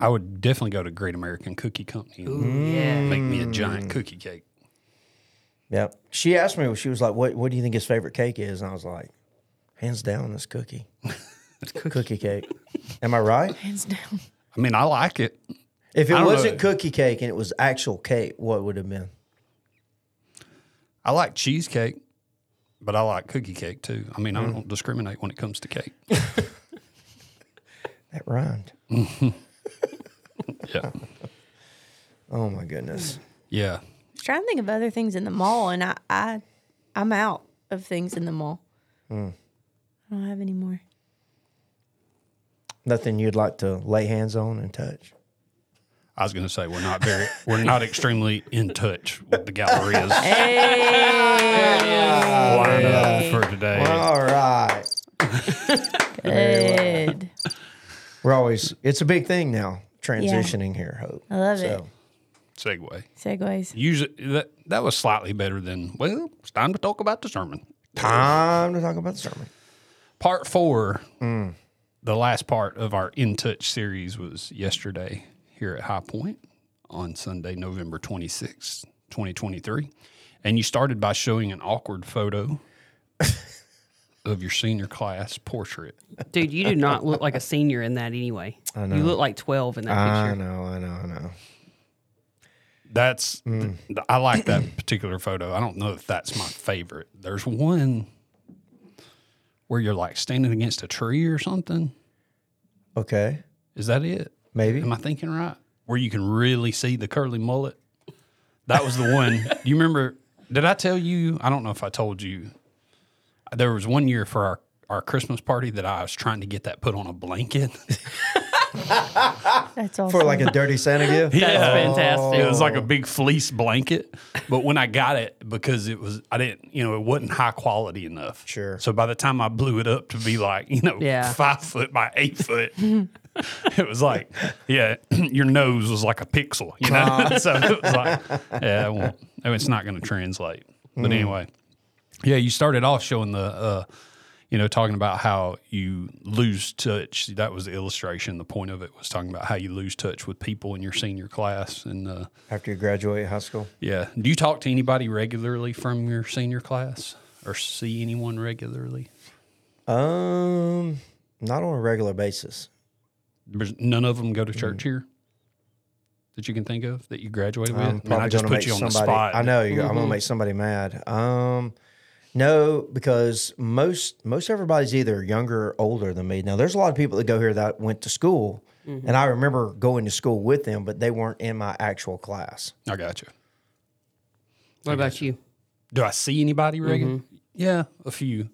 B: I would definitely go to Great American Cookie Company and
D: Yeah.
B: make me a giant cookie cake.
C: Yep. She asked me, she was like, what, what do you think his favorite cake is? And I was like, hands down,
B: (laughs)
C: this cookie. cookie cake. Am I
E: (laughs)
C: right?
E: Hands down.
B: I mean, I like it.
C: If it
B: don't know.
C: wasn't cookie cake and it was actual cake, what would it have been?
B: I like cheesecake, but I like cookie cake too. I mean, I don't discriminate when it comes to cake.
C: That rhymed.
B: Yeah.
C: Oh my goodness.
B: (laughs) Yeah.
E: I was trying to think of other things in the mall, and I, I I'm out of things in the mall.
C: Hmm.
E: I don't have
C: (laughs)
E: any more.
C: Nothing you'd like to lay hands on and touch.
B: I was going to say we're not very we're not extremely in touch with the Galleria's lineup for today.
C: All right.
E: Good.
C: We're always, it's a big thing now, transitioning here, Hope. I
E: love it.
B: Segue.
E: Segways.
B: Usually that that was slightly better than well. It's time to talk about the sermon.
C: Time to talk about the sermon.
B: Part four, the last part of our in touch series was yesterday here at High Point on Sunday, November 26th, 2023. And you started by showing an awkward photo of your senior class portrait.
D: Dude, you do not look like a senior in that anyway. You look like 12 in that
C: I
D: picture.
C: know, I know, I know.
B: That's, th- I like that particular photo. I don't know if that's my favorite. There's one where you're like standing against a tree or something.
C: Okay,
B: Is that it?
C: maybe.
B: Am I thinking right? Where you can really see the curly mullet. That was the (laughs) one. Do you remember? Did I tell you? I don't know if I told you. There was one year for our, our Christmas party that I was trying to get that put on a blanket. (laughs)
E: That's all.
C: For like a dirty Santa gift.
B: (laughs)
D: That's fantastic.
B: It was like a big fleece blanket. But when I got it, because it was, I didn't, you know, it wasn't high quality enough.
C: Sure.
B: So by the time I blew it up to be like, you know, (laughs)
D: Yeah.
B: five foot by eight foot, it was like, yeah, (clears throat) your nose was like a pixel, you know? (laughs) so it was like, yeah, it won't, oh, it's not going to translate. But anyway, yeah, you started off showing the, uh, you know, talking about how you lose touch. That was the illustration. The point of it was talking about how you lose touch with people in your senior class. And uh,
C: After you graduate high school.
B: yeah, do you talk to anybody regularly from your senior class or see anyone regularly?
C: Um, not on a regular basis.
B: There's none of them go
C: Mm-hmm.
B: to church here that you can think of that you graduated with. I, mean, I
C: probably
B: just
C: gonna
B: put
C: make
B: you on the
C: somebody-
B: spot. Mm-hmm.
C: I know you. I'm gonna make somebody mad. Um, no, because most most everybody's either younger or older than me. Now, there's a lot of people that go here that went to school,
B: Mm-hmm.
C: and I remember going to school with them, but they weren't in my actual class.
B: I got you.
D: What about you?
B: Do I see anybody regular?
C: Mm-hmm.
B: Yeah, a few,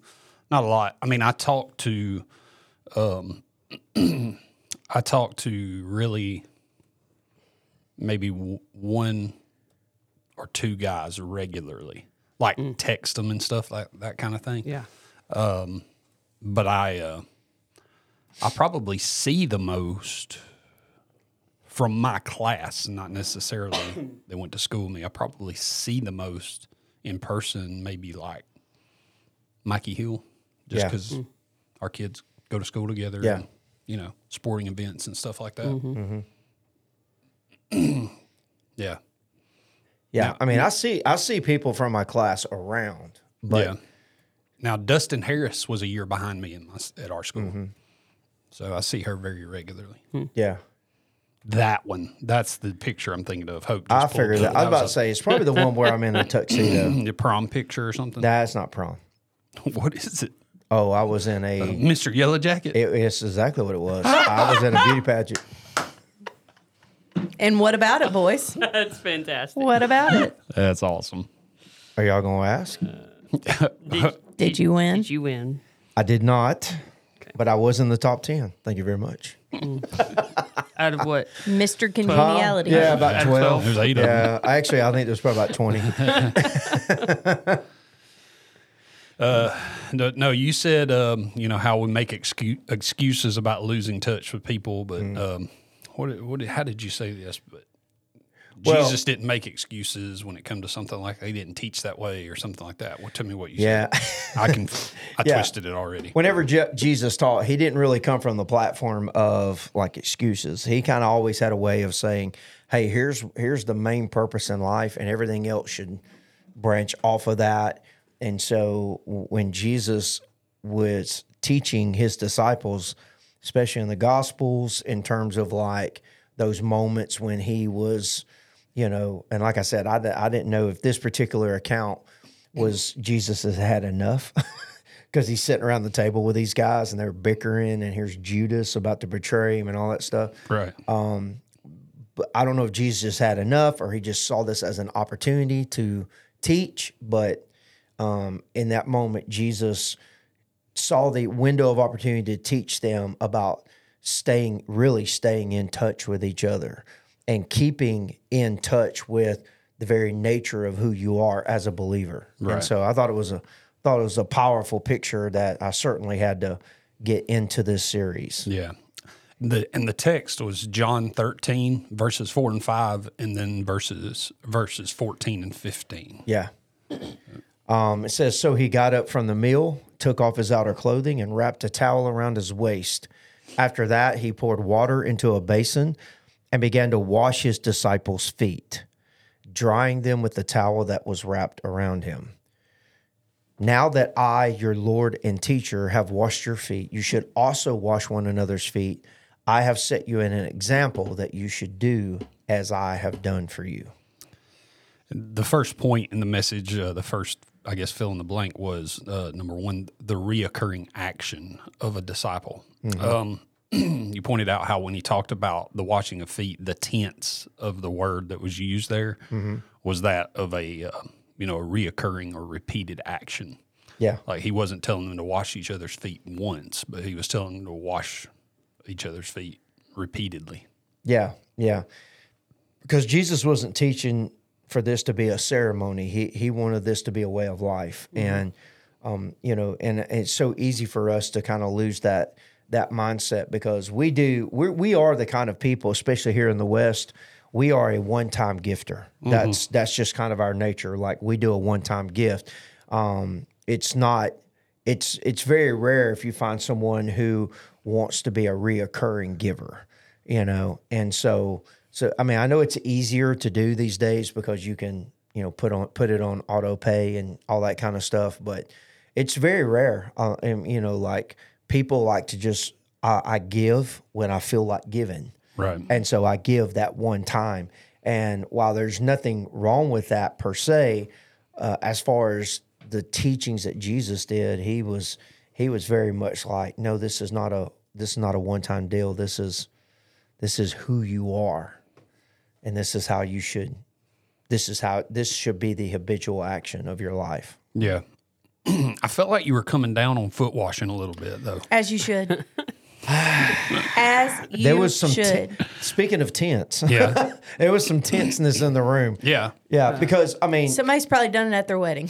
B: not a lot. I mean, I talk to, um, (clears throat) I talk to really maybe w- one or two guys regularly, like
C: Mm.
B: text them and stuff like that kind of thing.
D: Yeah.
B: But I, uh, I probably see the most from my class, not necessarily (coughs) they went to school with me. I probably see the most in person, maybe like Mikey Hill, just
C: Yeah. Mm-hmm.
B: because our kids go to school together.
C: Yeah. Mm-hmm.
B: and, you know, sporting events and stuff like that. (clears throat) yeah.
C: Yeah, I mean, I see I see people from my class around, but
B: yeah. Now Dustin Harris was a year behind me in my, s- at our school,
C: Mm-hmm.
B: so I see her very regularly.
C: yeah,
B: That one, that's the picture I'm thinking of. Hope
C: I
B: just pulled
C: figured
B: up.
C: that. I was about to
B: was
C: say it's probably the one where I'm in a tuxedo.
B: (laughs) a- the prom picture or something.
C: That's not prom.
B: (laughs) what is it,
C: Oh, I was in a.
B: Mr. Yellow Jacket?
C: It, it's exactly what it was. I was in a beauty pageant.
E: and what about it, boys?
D: That's fantastic.
E: What about it?
B: that's awesome.
C: Are y'all gonna ask?
B: Uh,
E: Did you win?
D: Did you win?
C: I did not, but I was in the top ten. Thank you very much.
D: Out of what?
E: Mr. Congeniality.
C: yeah, about
B: Out of
C: twelve.
B: 12. There's eight of
C: yeah, I actually, I think there's probably
B: (laughs)
C: about twenty.
B: No, no, you said um, you know how we make excu- excuses about losing touch with people, but
C: Mm.
B: um, what, what? How did you say this? But
C: Well-
B: Jesus didn't make excuses when it come to something like he didn't teach that way or something like that. Well, tell me what you
C: Yeah.
B: said. I can, I
C: (laughs) Yeah.
B: twisted it already.
C: Whenever Je- Jesus taught, he didn't really come from the platform of like excuses. He kind of always had a way of saying, "Hey, here's here's the main purpose in life, and everything else should branch off of that." And so, w- when Jesus was teaching his disciples, especially in the Gospels, in terms of like those moments when he was, you know, and like I said, I, di- I didn't know if this particular account was Jesus has had enough. (laughs) because he's sitting around the table with these guys and they're bickering and here's judas about to betray him and all that stuff
B: Right.
C: but i don't know if jesus just had enough or he just saw this as an opportunity to teach but um, in that moment jesus saw the window of opportunity to teach them about staying really staying in touch with each other and keeping in touch with the very nature of who you are as a believer. And so I thought it was a thought it was a powerful picture that I certainly had to get into this series.
B: yeah. The and the text was John thirteen verses four and five, and then verses verses fourteen and fifteen.
C: Yeah. Um, it says, So he got up from the meal, took off his outer clothing, and wrapped a towel around his waist. After that, he poured water into a basin and began to wash his disciples' feet, drying them with the towel that was wrapped around him. Now that I, your Lord and teacher, have washed your feet, you should also wash one another's feet. I have set you in an example that you should do as I have done for you.
B: The first point in the message, uh, the first, I guess, fill in the blank was uh, number one, the reoccurring action of a disciple. Um, (clears throat) you pointed out how when he talked about the washing of feet, the tense of the word that was used there was that of a, uh, you know, a reoccurring or repeated action.
C: Yeah.
B: Like he wasn't telling them to wash each other's feet once, but he was telling them to wash each other's feet repeatedly.
C: Yeah, yeah. Because Jesus wasn't teaching for this to be a ceremony. He he wanted this to be a way of life, and um, you know, and it's so easy for us to kind of lose that that mindset because we do we we are the kind of people, especially here in the West, we are a one time gifter. That's that's just kind of our nature. Like we do a one time gift. Um, it's not it's it's very rare if you find someone who wants to be a reoccurring giver, you know. And so so I mean, I know it's easier to do these days because you can, you know, put on put it on auto pay and all that kind of stuff, but it's very rare. Uh, and you know, like people like to just I, I give when I feel like giving.
B: Right.
C: And so I give that one time. And while there's nothing wrong with that per se, uh, as far as the teachings that Jesus did, he was he was very much like, no, this is not a this is not a one time deal. This is this is who you are, and this is how you should. This is how this should be the habitual action of your life.
B: Yeah. (clears throat) I felt like you were coming down on foot washing a little bit, though.
E: As
C: (sighs)
E: you should. As you
C: there was some te-
E: should.
C: speaking of tense.
B: Yeah.
C: (laughs) there was some tenseness in the room.
B: Yeah.
C: Yeah, because I mean,
E: Somebody's probably done it at their wedding.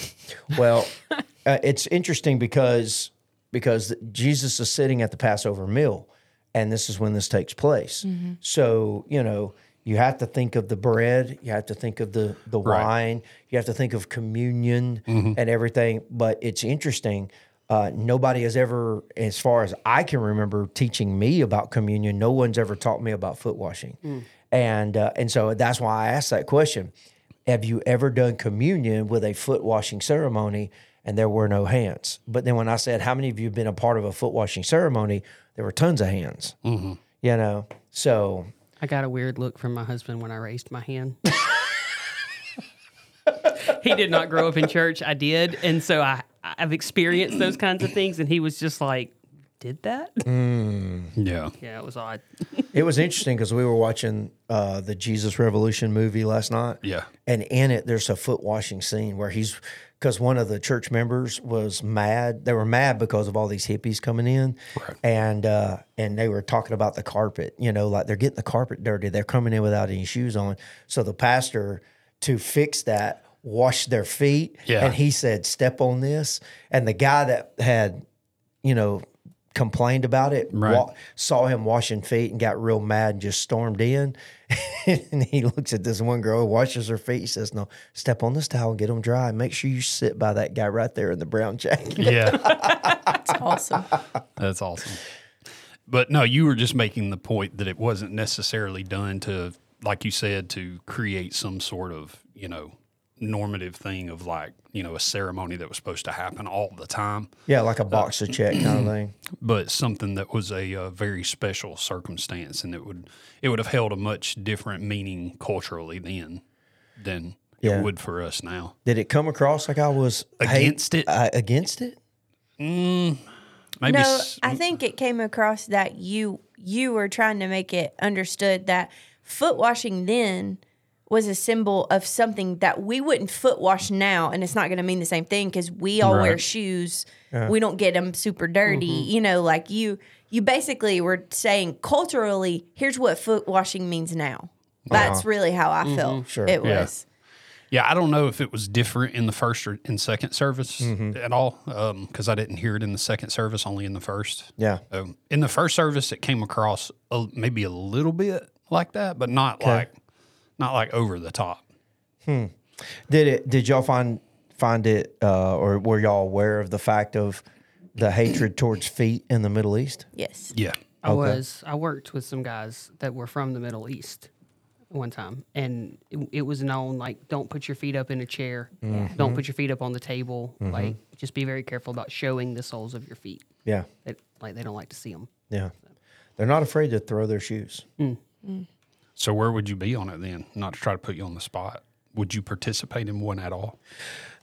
C: Well, (laughs) uh, it's interesting because because Jesus is sitting at the Passover meal, and this is when this takes place. So you know you have to think of the bread, you have to think of the the wine, you have to think of communion and everything. But it's interesting. Uh, nobody has ever, as far as I can remember, teaching me about communion. No one's ever taught me about foot washing, and uh, and so that's why I asked that question have you ever done communion with a foot washing ceremony and there were no hands but then when i said how many of you have been a part of a foot washing ceremony there were tons of hands mm-hmm. you know so
D: I got a weird look from my husband when I raised my (laughs) hand. he did not grow up in church. I did, and so I I've experienced those kinds of things, and he was just like, "Did that?"
B: Yeah.
D: Yeah, it was odd.
C: it was interesting because we were watching uh, the jesus revolution movie last night
B: Yeah.
C: and in it there's a foot washing scene where he's because one of the church members was mad they were mad because of all these hippies coming in and uh and they were talking about the carpet you know like they're getting the carpet dirty they're coming in without any shoes on so the pastor to fix that washed their feet
B: Yeah.
C: and he said step on this and the guy that had you know complained about it
B: Right.
C: wa- saw him washing feet and got real mad and just stormed in. (laughs) and he looks at this one girl, washes her feet, says, No, step on this towel and get them dry. Make sure you sit by that guy right there in the brown
B: (laughs)
C: jacket. (laughs)
B: Yeah.
E: It's awesome.
B: That's awesome. But no, you were just making the point that it wasn't necessarily done to, like you said, to create some sort of, you know, normative thing of like, you know, a ceremony that was supposed to happen all the time,
C: Yeah, like a boxer check
B: (clears throat)
C: kind of thing.
B: but something that was a, uh very special circumstance and it would it would have held a much different meaning culturally then than
C: Yeah.
B: it would for us now.
C: Did it come across like I was hate-
B: Against it?
C: I- against it?
B: Maybe
E: No,
B: s-
E: I think it came across that you you were trying to make it understood that foot washing then was a symbol of something that we wouldn't foot wash now, and it's not going to mean the same thing because we all wear
B: Right.
E: shoes. We don't get them super dirty, you know. Like you, you basically were saying culturally, here's what foot washing means now. That's really how I felt. It
B: Yeah.
E: was.
B: Yeah, I don't know if it was different in the first or in second service
C: Mm-hmm.
B: at all, because I didn't hear it in the second service, only in the first.
C: Yeah.
B: Um, in the first service, it came across a, maybe a little bit like that, but not like not like over the top.
C: Did it? Did y'all find find it, uh, or were y'all aware of the fact of the hatred towards feet in the Middle East?
E: Yes.
B: Yeah,
D: I was I worked with some guys that were from the Middle East, one time, and it, it was known like don't put your feet up in a chair, don't put your feet up on the table, like just be very careful about showing the soles of your feet.
C: Yeah.
D: It, like they don't like to see them.
C: Yeah. They're not afraid to throw their shoes.
B: So where would you be on it then? Not to try to put you on the spot. Would you participate in one at all?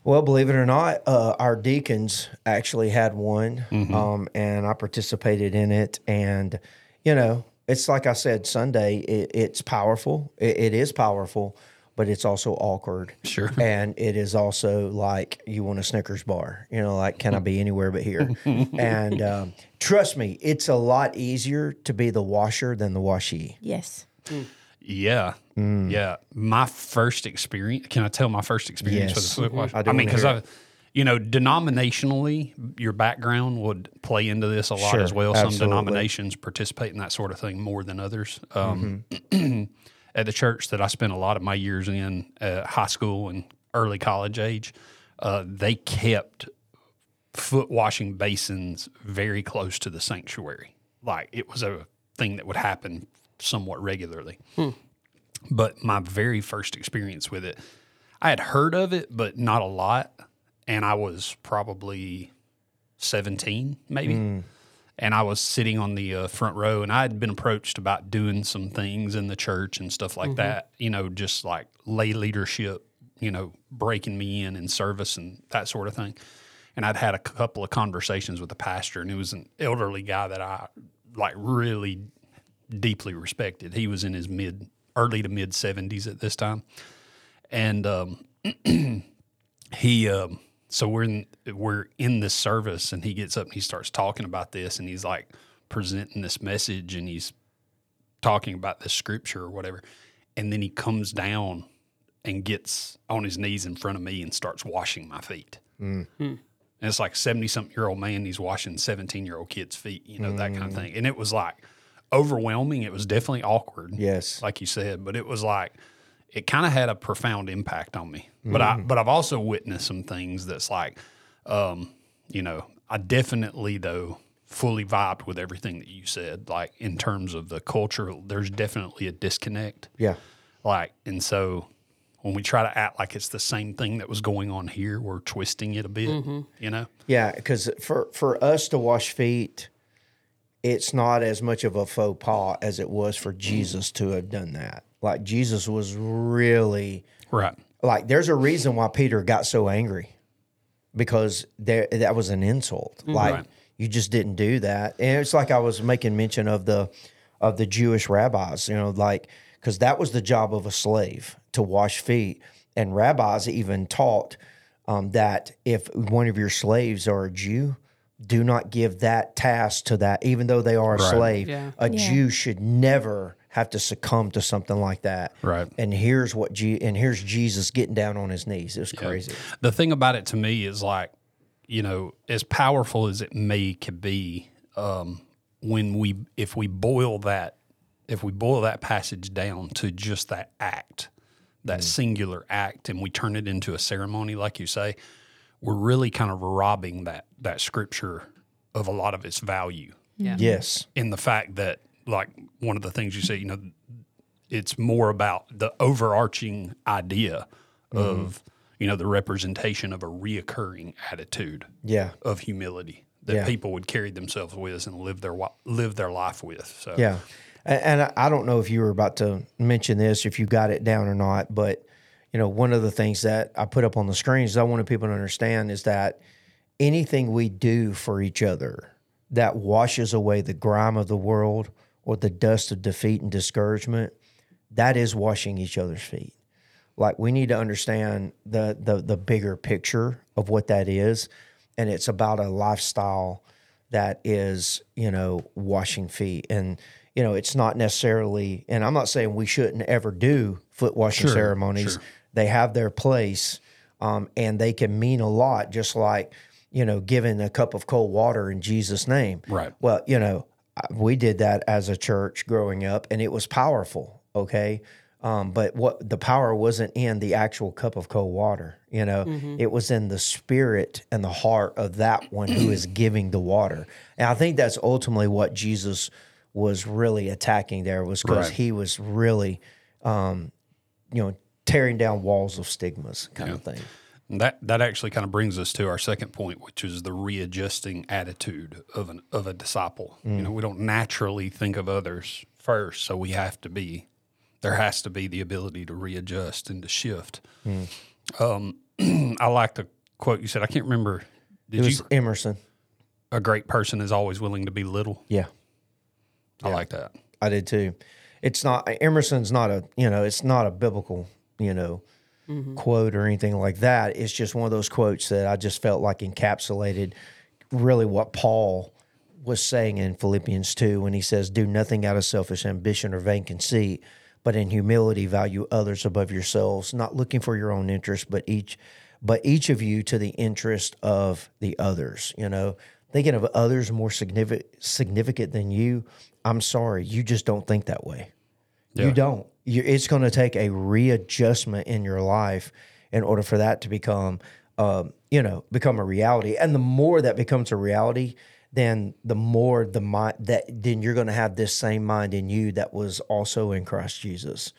C: Well, believe it or not, uh, our deacons actually had one,
B: Mm-hmm.
C: um, and I participated in it. And you know, it's like I said Sunday. It, it's powerful. It, it is powerful, but it's also awkward.
B: Sure. (laughs)
C: And it is also like you want a Snickers bar. You know, like can I be anywhere
B: (laughs)
C: but here? and um, trust me, it's a lot easier to be the washer than the washee.
E: Yes.
B: Yeah.
C: Mm.
B: Yeah. My first experience. Can I tell my first experience with
C: Yes.
B: a foot wash?
C: I
B: I,
C: do
B: mean,
C: wanna
B: because
C: hear
B: I, you know, denominationally, your background would play into this a lot
C: Sure,
B: as well. Some
C: absolutely.
B: denominations participate in that sort of thing more than others. Um,
C: Mm-hmm.
B: (clears throat) at the church that I spent a lot of my years in, uh, high school and early college age, uh, they kept foot washing basins very close to the sanctuary. Like it was a thing that would happen somewhat regularly. But my very first experience with it, I had heard of it, but not a lot. And I was probably 17, maybe.
C: Hmm.
B: And I was sitting on the uh, front row, and I had been approached about doing some things in the church and stuff like that, you know, just like lay leadership, you know, breaking me in in service and that sort of thing. And I'd had a couple of conversations with the pastor, and it was an elderly guy that I like really deeply respected. He was in his mid, early to mid 70s at this time. And, um, (clears throat) he um so we're in we're in this service and he gets up and he starts talking about this and he's like presenting this message and he's talking about this scripture or whatever and then he comes down and gets on his knees in front of me and starts washing my feet and it's like 70 something year old man he's washing 17 year old kids feet you know that kind of thing and it was like overwhelming it was definitely awkward
C: Yes.
B: like you said, but it was like it kind of had a profound impact on me. But I but I've also witnessed some things that's like, um, you know, I definitely though fully vibed with everything that you said, like in terms of the culture. There's definitely a disconnect,
C: Yeah.
B: like, and so when we try to act like it's the same thing that was going on here, we're twisting it a bit, you know.
C: Yeah, because for for us to wash feet, it's not as much of a faux pas as it was for Jesus to have done that. Like Jesus was really
B: Right.
C: like there's a reason why Peter got so angry because there that was an insult. Like
B: Right.
C: you just didn't do that, and it's like I was making mention of the of the Jewish rabbis, you know, like because that was the job of a slave to wash feet, and rabbis even taught um, that if one of your slaves are a Jew. Do not give that task to that, even though they are a slave.
D: Yeah.
C: A Jew should never have to succumb to something like that
B: Right.
C: and here's what G and here's Jesus getting down on his knees. It was crazy.
B: The thing about it to me is like, you know, as powerful as it may could be, um, when we if we boil that if we boil that passage down to just that act, that singular act, and we turn it into a ceremony, like you say, we're really kind of robbing that that scripture of a lot of its value
C: Yes.
B: in the fact that like one of the things you say, you know, it's more about the overarching idea
C: Mm-hmm.
B: of you know the representation of a reoccurring attitude
C: Yeah.
B: of humility that
C: Yeah.
B: people would carry themselves with and live their wa- live their life with. So
C: Yeah. A- And I- I don't know if you were about to mention this, if you got it down or not, but you know, one of the things that I put up on the screens that I wanted people to understand is that anything we do for each other that washes away the grime of the world or the dust of defeat and discouragement, that is washing each other's feet. like we need to understand the the the bigger picture of what that is and it's about a lifestyle that is you know washing feet and you know it's not necessarily and i'm not saying we shouldn't ever do foot washing ceremonies they have their place um, and they can mean a lot just like you know giving a cup of cold water in jesus name
B: Right.
C: well, you know, I- we did that as a church growing up, and it was powerful. Okay, um, but what the power wasn't in the actual cup of cold water. You know,
B: Mm-hmm.
C: it was in the spirit and the heart of that one who
B: (clears throat)
C: is giving the water. And I think that's ultimately what Jesus was really attacking there was because
B: Right.
C: he was really um, you know, tearing down walls of stigmas kind of thing.
B: And That that actually kind of brings us to our second point, which is the readjusting attitude of an of a disciple.
C: Mm.
B: You know, we don't naturally think of others first, so we have to be. There has to be the ability to readjust and to shift.
C: Mm.
B: Um, (clears throat) I like the quote you said. I can't remember.
C: It
B: Did
C: was
B: you?
C: Emerson.
B: A great person is always willing to be little.
C: Yeah,
B: I like that.
C: I did too. It's not Emerson's not a you know it's not a biblical you know quote or anything like that. It's just one of those quotes that I just felt like encapsulated really what Paul was saying in Philippians two when he says, "Do nothing out of selfish ambition or vain conceit." But in humility, value others above yourselves, not looking for your own interest, but each, but each of you to the interest of the others. You know, thinking of others more significant significant than you. I'm sorry, you just don't think that way. You don't. You, it's going to take a readjustment in your life in order for that to become, um, you know, become a reality. And the more that becomes a reality, then the more the mind that then you're going to have this same mind in you that was also in Christ Jesus.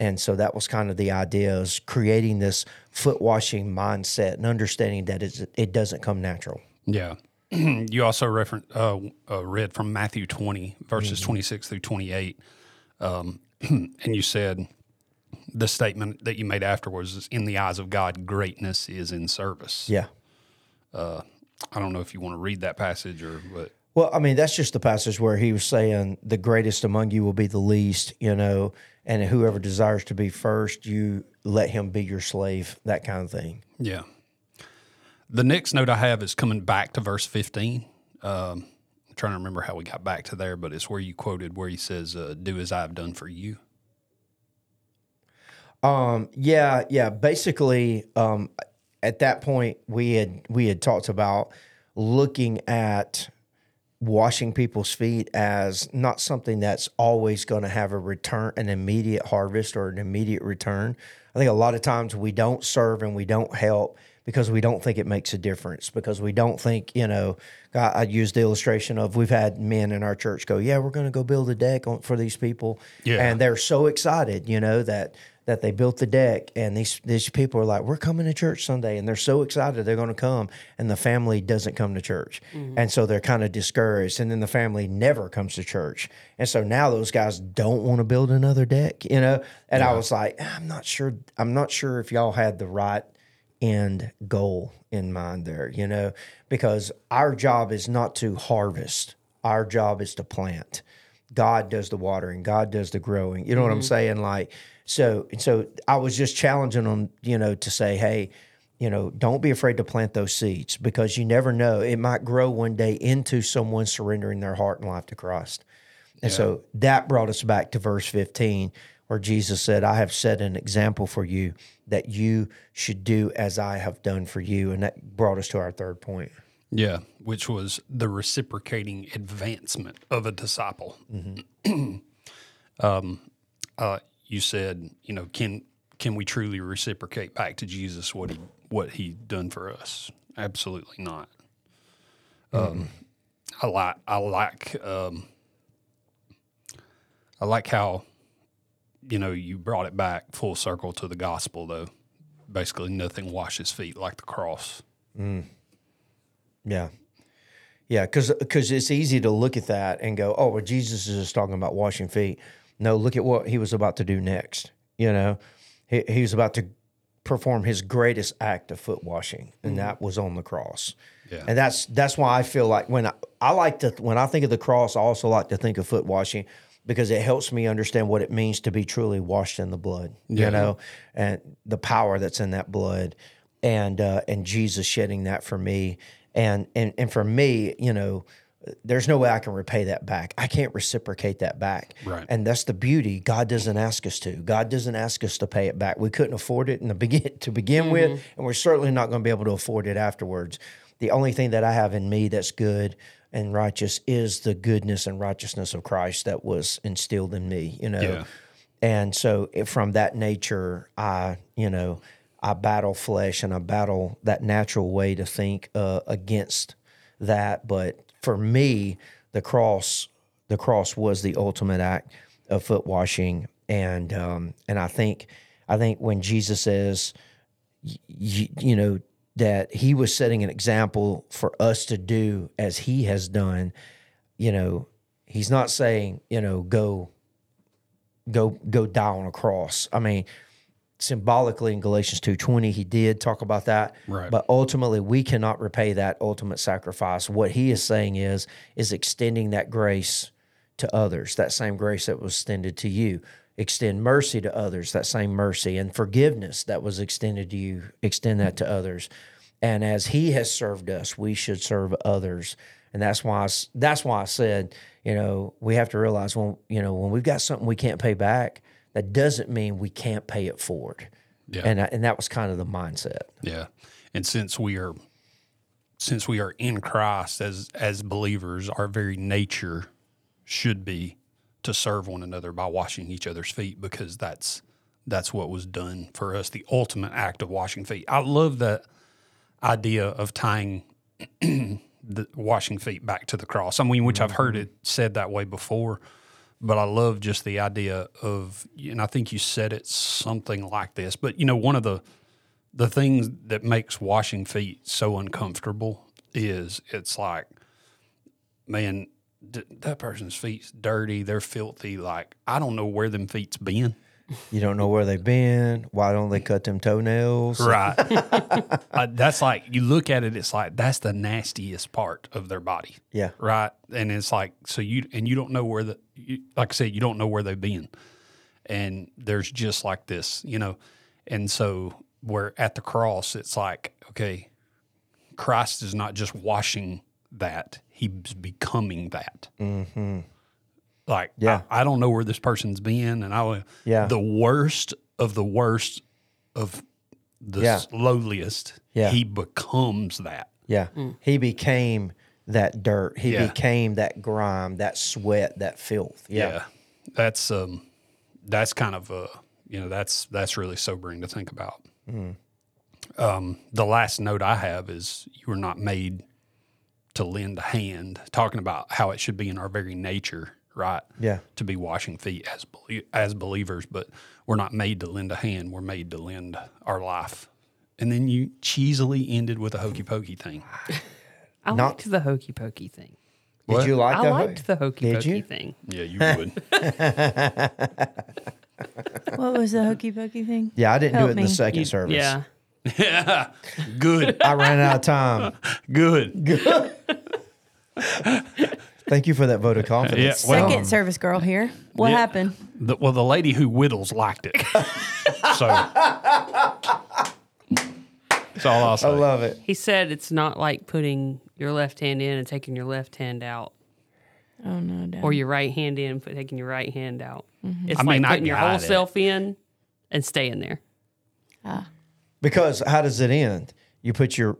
C: And so that was kind of the idea is creating this foot washing mindset and understanding that it's, it doesn't come natural.
B: Yeah. (clears throat) you also reference uh, uh, read from Matthew 20, verses 26 through 28. Um, (clears throat) and you said the statement that you made afterwards is in the eyes of God, greatness is in service.
C: Yeah.
B: I don't know if you want to read that passage or, but
C: Well, I mean, that's just the passage where he was saying, "The greatest among you will be the least," you know, and whoever desires to be first, you let him be your slave. That kind of thing.
B: yeah. The next note I have is coming back to verse 15. Um, I'm trying to remember how we got back to there, but it's where you quoted where he says, uh, Do as I've done for you.
C: Um, yeah, yeah. Basically, um, at that point, we had we had talked about looking at washing people's feet as not something that's always going to have a return, an immediate harvest or an immediate return. I think a lot of times we don't serve and we don't help because we don't think it makes a difference because we don't think you know i, I used the illustration of we've had men in our church go yeah we're going to go build a deck on, for these people
B: Yeah.
C: and they're so excited you know that that they built the deck and these these people are like we're coming to church sunday and they're so excited they're going to come and the family doesn't come to church and so they're kind of discouraged and then the family never comes to church and so now those guys don't want to build another deck you know and i was like i'm not sure i'm not sure if y'all had the right end goal in mind there, you know, because our job is not to harvest, our job is to plant. God does the watering, God does the growing. You know what I'm saying? Like, so, and so I was just challenging them, you know, to say, hey, you know, don't be afraid to plant those seeds because you never know. It might grow one day into someone surrendering their heart and life to Christ. And so that brought us back to verse 15, where Jesus said, I have set an example for you that you should do as I have done for you. And that brought us to our third point.
B: Yeah, which was the reciprocating advancement of a disciple. um, (clears throat) uh, you said, you know, can can we truly reciprocate back to Jesus what he what he done for us? Absolutely not. Um, I like I like um, I like how you know you brought it back full circle to the gospel though. Basically, nothing washes feet like the cross.
C: Yeah. Yeah. Cause, 'cause it's easy to look at that and go, oh, well, Jesus is just talking about washing feet. No, look at what he was about to do next. You know, he, he was about to perform his greatest act of foot washing, and that was on the cross.
B: Yeah.
C: And that's that's why I feel like when I, I like to when I think of the cross, I also like to think of foot washing because it helps me understand what it means to be truly washed in the blood, you know, and the power that's in that blood, and uh, and Jesus shedding that for me, and and and for me, you know, there's no way I can repay that back. I can't reciprocate that back,
B: Right.
C: and that's the beauty. God doesn't ask us to. God doesn't ask us to pay it back. We couldn't afford it in the begin to begin with, and we're certainly not going to be able to afford it afterwards. The only thing that I have in me that's good and righteous is the goodness and righteousness of Christ that was instilled in me. You know,
B: Yeah.
C: and so it, from that nature, I, you know, I battle flesh and I battle that natural way to think uh, against that. But for me, the cross, the cross was the ultimate act of foot washing and um, and I think I think when Jesus says, y- y- you know, that He was setting an example for us to do as He has done, you know, He's not saying you know go go go die on a cross. I mean, symbolically in Galatians two twenty, he did talk about that.
B: Right.
C: But ultimately, we cannot repay that ultimate sacrifice. What he is saying is is extending that grace to others, that same grace that was extended to you. Extend mercy to others, that same mercy and forgiveness that was extended to you. Extend that to others. And as he has served us, we should serve others. And that's why I, s- that's why I said, you know, we have to realize when you know when we've got something we can't pay back, that doesn't mean we can't pay it forward.
B: Yeah.
C: And I, and that was kind of the mindset.
B: Yeah. And since we are since we are in Christ as as believers, our very nature should be to serve one another by washing each other's feet because that's that's what was done for us, the ultimate act of washing feet. I love that idea of tying (clears throat) the washing feet back to the cross. I mean, which I've heard it said that way before, but I love just the idea of, and I think you said it something like this. But you know, one of the the things that makes washing feet so uncomfortable is it's like, man, d- that person's feet's dirty. They're filthy. Like I don't know where them feet's been.
C: You don't know where they've been. Why don't they cut them toenails?
B: (laughs) Right. uh, that's like you look at it. It's like that's the nastiest part of their body.
C: Yeah.
B: Right. And it's like so you and you don't know where the you, like I said you don't know where they've been, and there's just like this you know, and so we're at the cross. It's like okay, Christ is not just washing that; He's becoming that. Mm-hmm. Like
C: Yeah.
B: I, I don't know where this person's been, and I wa-
C: Yeah.
B: the worst of the worst of the
C: Yeah.
B: s- lowliest.
C: Yeah.
B: He becomes that.
C: Yeah.
D: Mm.
C: He became that dirt. He
B: Yeah.
C: became that grime, that sweat, that filth.
B: Yeah.
C: yeah.
B: That's um that's kind of uh you know, that's that's really sobering to think about. Um the last note I have is you were not made to lend a hand, talking about how it should be in our very nature, right?
C: Yeah.
B: To be washing feet as belie- as believers, but we're not made to lend a hand, we're made to lend our life. And then you cheesily ended with a hokey pokey thing.
D: I
C: Not-
D: liked the hokey pokey thing.
C: Did you like
D: I
C: that?
D: liked the hokey
C: Did
D: pokey
C: you?
D: thing.
B: Yeah, you would. (laughs)
E: What was the hokey pokey thing?
C: Yeah, I didn't
E: Help
C: do it in
E: me.
C: the second service.
D: Yeah.
B: yeah. Good.
C: I ran out
B: (laughs)
C: of time.
B: Good.
C: Thank you for that vote of confidence.
B: Yeah, well-
E: Second service girl here. What
B: Yeah.
E: happened?
B: The, well, the lady who whittles liked it. (laughs) so that's all I'll say.
C: I love it.
D: He said it's not like putting your left hand in and taking your left hand out,
E: Oh no, Dad.
D: or your right hand in and put- taking your right hand out. It's
B: I
D: like
B: mean, I
D: putting your whole
B: got it.
D: self in and staying there.
C: Because how does it end? You put your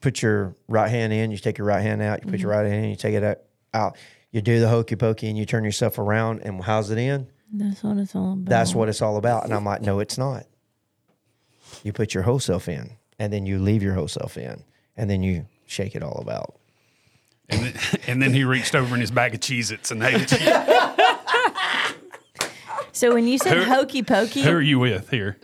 C: put your right hand in, you take your right hand out, you put your
D: Mm-hmm.
C: right hand in, you take it out- out. You do the hokey pokey and you turn yourself around and how's it end?
E: That's what it's all about.
C: That's what it's all about. And I'm like, no, it's not. You put your whole self in and then you leave your whole self in and then you shake it all about.
B: And, then, and then he reached over in his bag of Cheez Its and ate
C: (laughs)
B: it.
E: So when you said
B: Who-
E: hokey pokey,
B: Who are you with here?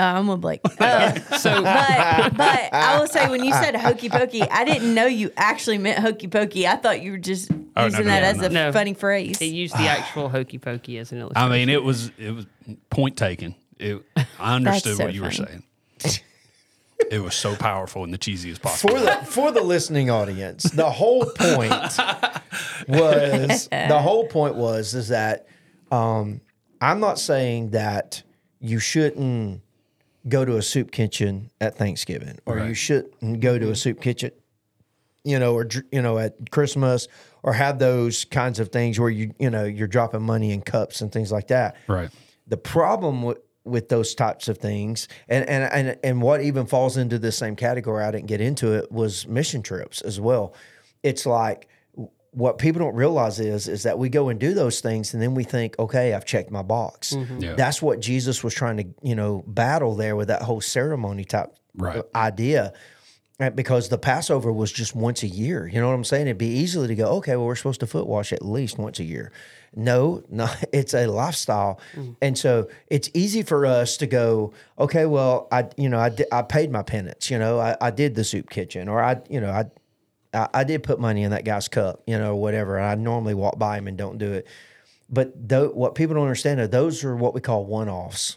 E: Oh, I'm
B: (laughs)
E: with Blake. Uh,
D: So
E: but but I will say when you said hokey pokey, I didn't know you actually meant hokey pokey. I thought you were just
B: Oh, no,
E: using
B: no,
E: that
B: no,
E: as a
D: no.
E: funny phrase.
D: he used
B: (sighs)
D: the actual hokey pokey as an illustration.
B: I mean, it was it was point taken. It, I understood
E: so
B: what you were
E: funny.
B: saying. It was so powerful and the cheesiest possible.
C: for the for the listening audience, the whole point was the whole point was is that um, I'm not saying that you shouldn't go to a soup kitchen at Thanksgiving or you shouldn't go to a soup kitchen, you know, or dr- you know at Christmas or have those kinds of things where you you know you're dropping money in cups and things like that
B: right.
C: the problem with with those types of things and, and and and what even falls into this same category i didn't get into it was mission trips as well it's like w- what people don't realize is is that we go and do those things and then we think okay i've checked my box
B: Yeah.
C: that's what jesus was trying to you know battle there with that whole ceremony type
B: Right.
C: idea Uh, Because the Passover was just once a year. You know what I'm saying? It'd be easily to go, okay, well, we're supposed to foot wash at least once a year. No, no, (laughs) it's a lifestyle. And so it's easy for us to go, okay, well, I, you know, I, di- I paid my penance, you know, I, I did the soup kitchen or I, you know, I, I, I did put money in that guy's cup, you know, whatever. And I normally walk by him and don't do it. But tho- what people don't understand are those are what we call one offs.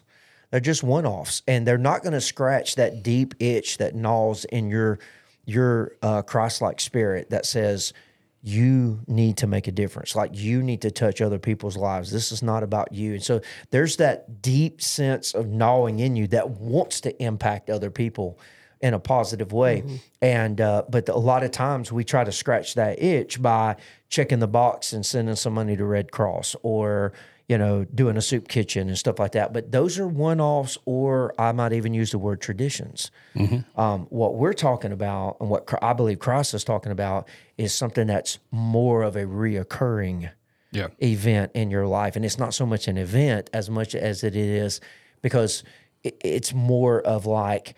C: They're just one offs, and they're not going to scratch that deep itch that gnaws in your your uh, Christ like spirit that says you need to make a difference. Like you need to touch other people's lives. This is not about you. And so there's that deep sense of gnawing in you that wants to impact other people in a positive way. And uh, but a lot of times we try to scratch that itch by checking the box and sending some money to Red Cross or you know doing a soup kitchen and stuff like that. But those are one-offs, or I might even use the word traditions. Um, what we're talking about and what Chr- I believe Christ is talking about is something that's more of a reoccurring
B: Yeah.
C: event in your life. And it's not so much an event as much as it is because i- it's more of like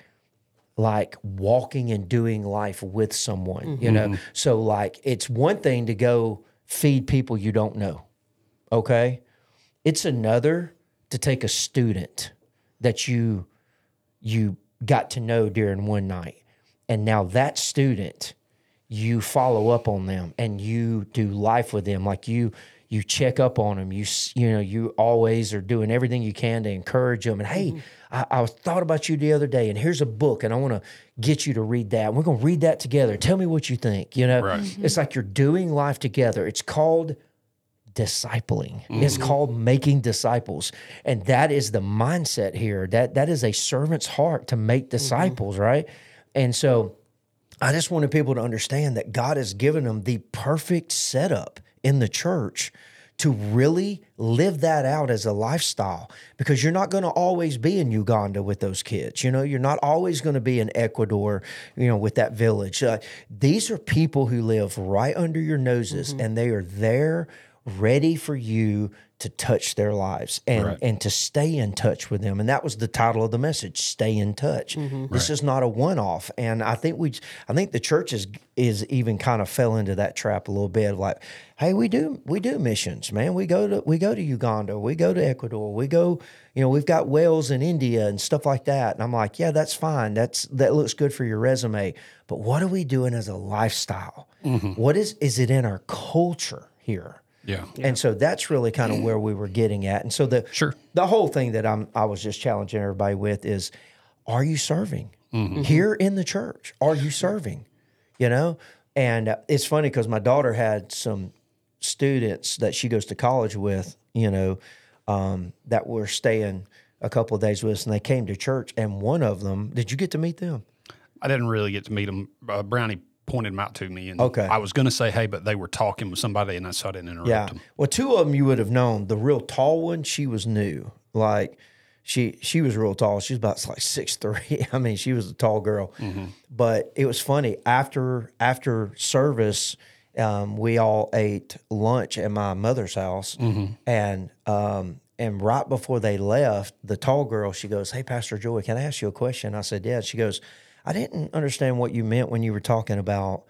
C: like walking and doing life with someone, you know. So like it's one thing to go feed people you don't know. Okay? It's another to take a student that you you got to know during one night. And now that student, you follow up on them and you do life with them. Like you, you check up on them. You, s- you know, you always are doing everything you can to encourage them. And hey, I, I was- thought about you the other day, and here's a book, and I want to get you to read that. We're going to read that together. Tell me what you think. You know,
B: Right.
C: it's like you're doing life together. It's called discipling. It's called making disciples. And that is the mindset here. That that is a servant's heart to make disciples, right? And so I just wanted people to understand that God has given them the perfect setup in the church to really live that out as a lifestyle because you're not going to always be in Uganda with those kids. You know, you're not always going to be in Ecuador, you know, with that village. Uh, these are people who live right under your noses and they are there ready for you to touch their lives and and to stay in touch with them and that was the title of the message stay in touch this is not a one off and i think we i think the church is is even kind of fell into that trap a little bit of like hey we do we do missions man we go to we go to uganda we go to ecuador we go you know we've got whales in india and stuff like that and i'm like yeah that's fine that's that looks good for your resume but what are we doing as a lifestyle What is is it in our culture here
B: Yeah.
C: and so that's really kind of where we were getting at. And so the
B: Sure.
C: the whole thing that I'm I was just challenging everybody with is are you serving
B: Mm-hmm.
C: here in the church? Are you serving? You know? And uh, it's funny cuz my daughter had some students that she goes to college with, you know, um, that were staying a couple of days with us and they came to church and one of them, did you get to meet them?
B: I didn't really get to meet him. Uh, Brownie pointed him out to me, and
C: Okay.
B: I was going to say, "Hey," but they were talking with somebody, and I so I didn't interrupt
C: Yeah.
B: them.
C: Well, two of them you would have known. The real tall one, she was new. Like she she was real tall. She was about like six three. (laughs) I mean, she was a tall girl. But it was funny after after service. Um, we all ate lunch at my mother's house, and um, and right before they left, the tall girl she goes, "Hey, Pastor Joy, can I ask you a question?" I said, "Yeah." She goes, "I didn't understand what you meant when you were talking about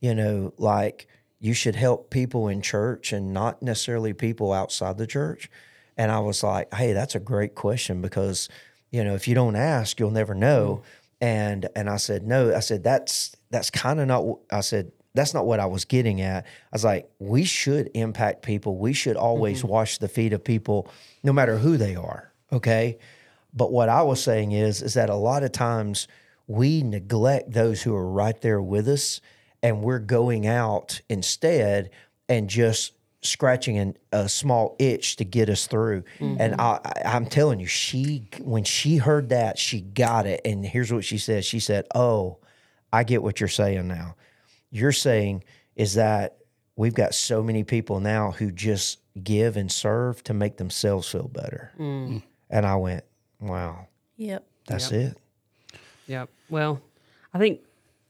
C: you know, like you should help people in church and not necessarily people outside the church. And I was like, hey, that's a great question because, you know, if you don't ask, you'll never know. And and I said, no, I said that's that's kind of not. wh- I said that's not what I was getting at. I was like, we should impact people. We should always wash the feet of people, no matter who they are. Okay. But what I was saying is, is that a lot of times we neglect those who are right there with us, and we're going out instead and just scratching an, a small itch to get us through. And I, I, I'm telling you, she when she heard that, she got it. And here's what she said: She said, "Oh, I get what you're saying now. You're saying is that we've got so many people now who just give and serve to make themselves feel better." And I went, wow,
E: Yep.
C: that's it.
D: Yep. Well, I think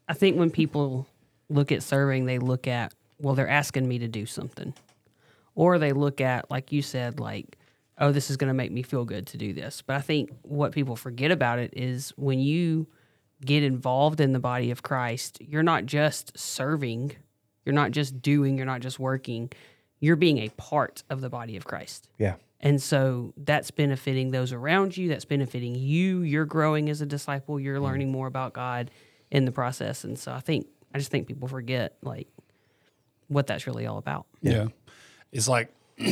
D: I think when people look at serving, they look at well, they're asking me to do something, or they look at like you said, like oh, this is going to make me feel good to do this. But I think what people forget about it is when you get involved in the body of Christ, you're not just serving, you're not just doing, you're not just working, you're being a part of the body of Christ.
C: Yeah.
D: And so that's benefiting those around you, that's benefiting you. You're growing as a disciple,
C: Mm.
D: you're learning more about God in the process. And so I think, I just think people forget like what that's really all about.
B: Yeah. It's like (clears throat)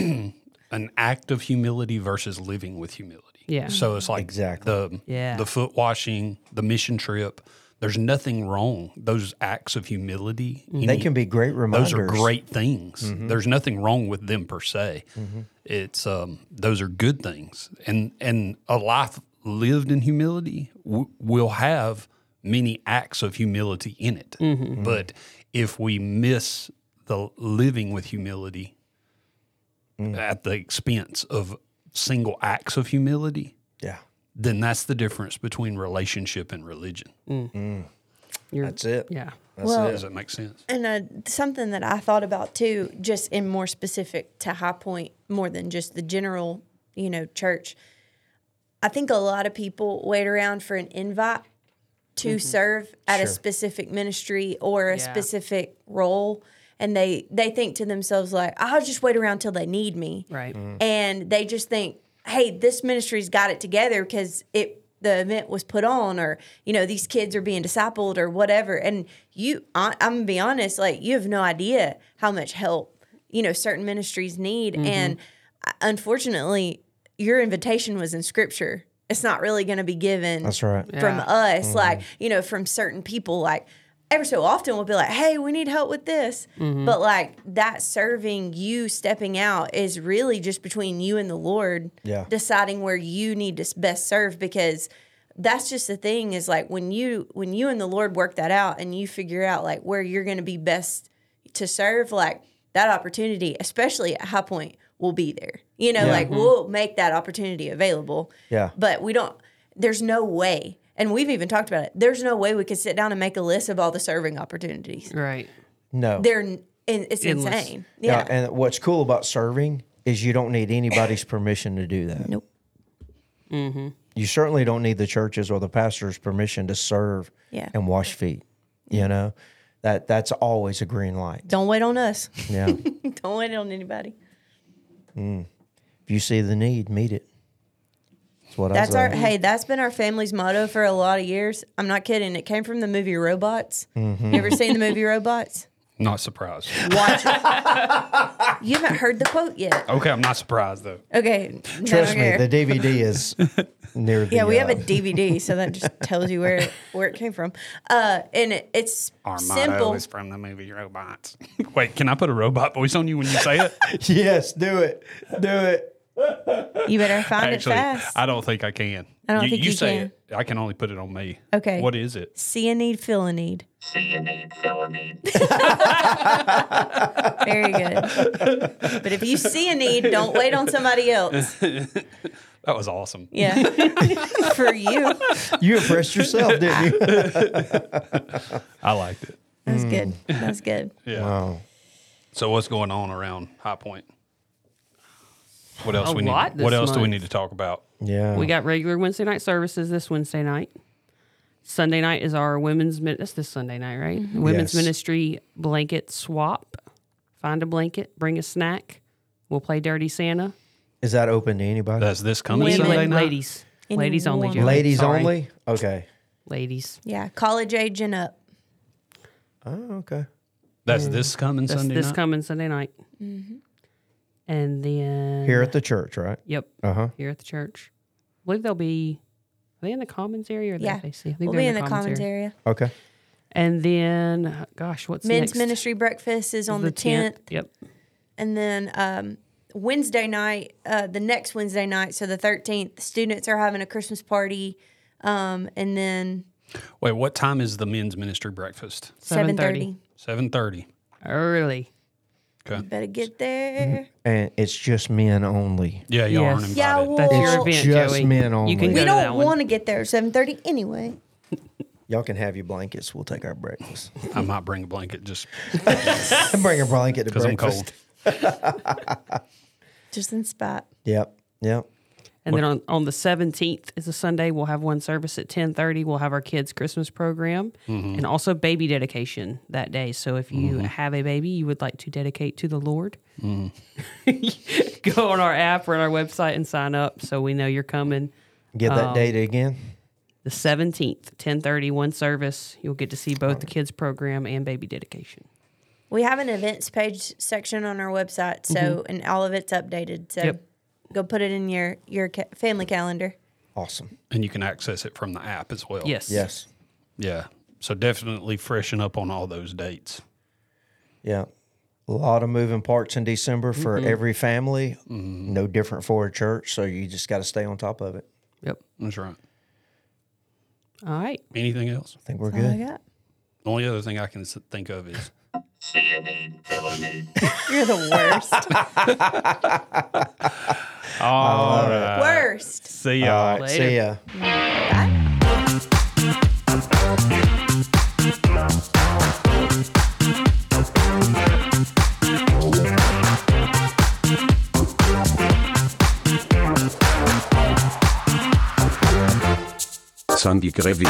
B: an act of humility versus living with humility.
D: Yeah.
B: So it's like
C: Exactly.
B: the
D: Yeah.
B: the foot washing, the mission trip. There's nothing wrong. Those acts of humility, you
C: They
B: know,
C: can be great reminders. Mm-hmm.
B: those are great things. There's nothing wrong with them per se. It's um, those are good things, and and a life lived in humility w- will have many acts of humility in it.
C: Mm-hmm,
B: But if we miss the living with humility
C: Mm.
B: at the expense of single acts of humility,
C: Yeah.
B: then that's the difference between relationship and religion.
D: You're,
C: That's it.
D: yeah.
E: well,
B: Does that make sense?
E: and uh, something that I thought about too, just in more specific to High Point, more than just the general, you know, church. I think a lot of people wait around for an invite to serve at a specific ministry or a
D: Yeah.
E: specific role, and they they think to themselves like, "I'll just wait around till they need me,"
D: Right.
C: Mm. Mm-hmm.
E: and they just think, "Hey, this ministry's got it together because it the event was put on, or you know, these kids are being discipled, or whatever." And you, I, I'm gonna be honest, like you have no idea how much help you know certain ministries need,
C: Mm-hmm.
E: and uh, unfortunately, your invitation was in Scripture. It's not really going to be given
C: That's right.
E: from
D: Yeah.
E: us, like, you know, from certain people. Like, every so often we'll be like, hey, we need help with this. But, like, that serving you stepping out is really just between you and the Lord
C: Yeah.
E: deciding where you need to s- best serve because that's just the thing is like when you when you and the lord work that out and you figure out like where you're going to be best to serve like that opportunity especially at high point will be there you know like we'll make that opportunity available
C: Yeah.
E: but we don't there's no way and we've even talked about it there's no way we could sit down and make a list of all the serving opportunities
D: Right.
C: No.
E: they're n- and it's
D: Endless.
E: insane
C: Yeah.
E: yeah,
C: And what's cool about serving is you don't need
E: (coughs)
C: anybody's permission to do that.
E: Nope.
C: You certainly don't need the church's or the pastor's permission to serve
E: Yeah.
C: and wash feet. You know, that that's always a green light.
E: don't wait on us (laughs)
C: Yeah. if
E: don't wait on anybody
C: you see the need, meet it. That's what
E: That's
C: I say.
E: our hey. That's been our family's motto for a lot of years. I'm not kidding. It came from the movie Robots.
C: Mm-hmm.
E: You ever seen the movie Robots?
B: Not surprised.
E: Watch it.
C: (laughs)
E: you haven't heard the quote yet.
B: Okay, I'm not surprised though.
E: Okay, no,
C: Trust
E: (laughs) okay.
C: me, the DVD is
E: (laughs)
C: near the
E: yeah, we
C: (laughs)
E: have
C: uh,
E: a DVD, so that just tells you where it, where it came from. Uh, and it, it's
B: Our motto
E: simple.
B: is from the movie Robots. (laughs) Wait, can I put a robot voice on you when you say
E: (laughs)
B: it?
C: Yes, do it. Do it.
E: You better find
B: Actually,
E: it fast.
B: I don't think I can.
E: I don't think you
B: say
E: can.
B: it. I can only put it on me.
E: Okay.
B: What is it?
E: See a need, feel a need.
F: See you need, fill a need.
E: (laughs) Very good. but if you see a need, don't wait on somebody else.
B: That was awesome.
E: Yeah, (laughs) for you,
C: You impressed yourself, didn't you? (laughs)
B: I liked it.
E: that's good.
D: Mm.
E: That's good.
B: Yeah. So what's going on around High Point? What else
D: A
B: we need?
D: lot this
B: What else do we
D: month.
B: need to talk about?
C: Yeah.
D: We got regular Wednesday night services this Wednesday night. Sunday night is our women's min- that's this Sunday night, right? Women's
C: Yes.
D: ministry blanket swap. Find a blanket, bring a snack. We'll play Dirty Santa.
C: Is that open to anybody?
B: That's this coming
E: Women,
B: Sunday
D: Ladies,
B: night.
D: ladies,
E: Any
D: ladies only.
E: woman.
D: Joey.
C: Ladies
D: Sorry.
C: only? Okay.
D: Ladies.
E: Yeah, college age and up.
C: Oh, okay.
B: That's this coming
D: That's
B: Sunday
D: this
B: night.
D: coming Sunday night.
E: Mm-hmm.
D: And then
C: Here at the church, right?
D: Yep.
C: Uh-huh.
D: Here at the church. I believe they'll be. Are they in the commons area? Or
E: Yeah,
D: The FAC? I think
E: We'll
D: they're
E: be in the commons
D: area.
E: area.
C: Okay.
D: And then, gosh, what's
E: Men's
D: next?
E: ministry breakfast is on the, 10th.
D: 10th. Yep.
E: And then um, Wednesday night, uh, the next Wednesday night, so the 13th, students are having a Christmas party. Um, and then
B: Wait, what time is the men's ministry breakfast?
E: 7.30.
D: 7:30.
B: Seven thirty.
D: Early.
B: Okay.
E: Better get
D: Mm-hmm.
E: there.
C: And it's just men only.
B: Yeah, y'all
D: Yes.
B: aren't invited.
E: Yeah,
D: That's
E: Well,
D: your event,
C: just
D: Joey.
C: men only.
D: You can
C: We
E: Oh. We
D: go to that
E: don't
D: one.
E: want to get there at 7.30 anyway.
C: Y'all can have your blankets. We'll take our (laughs) breakfast.
B: I might bring a blanket just
C: And bring a blanket to
B: because
C: breakfast.
B: I'm cold.
E: Just in spite.
C: Yep. Yep.
D: And then on, on the 17th is a Sunday. We'll have one service at 1030. We'll have our kids' Christmas program and also baby dedication that day. So if you have a baby you would like to dedicate to the Lord, (laughs) go on our app or on our website and sign up so we know you're coming.
C: Get that data again.
D: The 17th, 1030, one service. You'll get to see both the kids' program and baby dedication.
E: We have an events page section on our website, so and all of it's updated. So
D: Yep.
E: go put it in your your ca- family calendar.
C: Awesome.
B: and you can access it from the app as well.
D: Yes.
C: Yes.
B: Yeah. So definitely freshen up on all those dates.
C: Yeah. A lot of moving parts in December for every family. No different for a church. So you just got to stay on top of it.
D: Yep.
B: That's right.
D: All right.
B: Anything else?
C: I think we're
E: All I
C: good.
E: got.
B: The only other thing I can s- think of is
F: Cyanide Felonade.
E: You're the worst.
B: all right.
E: worst.
B: See y'all.
C: All right.
D: Later.
C: See ya.
E: Bye.
G: Sandy Crevi.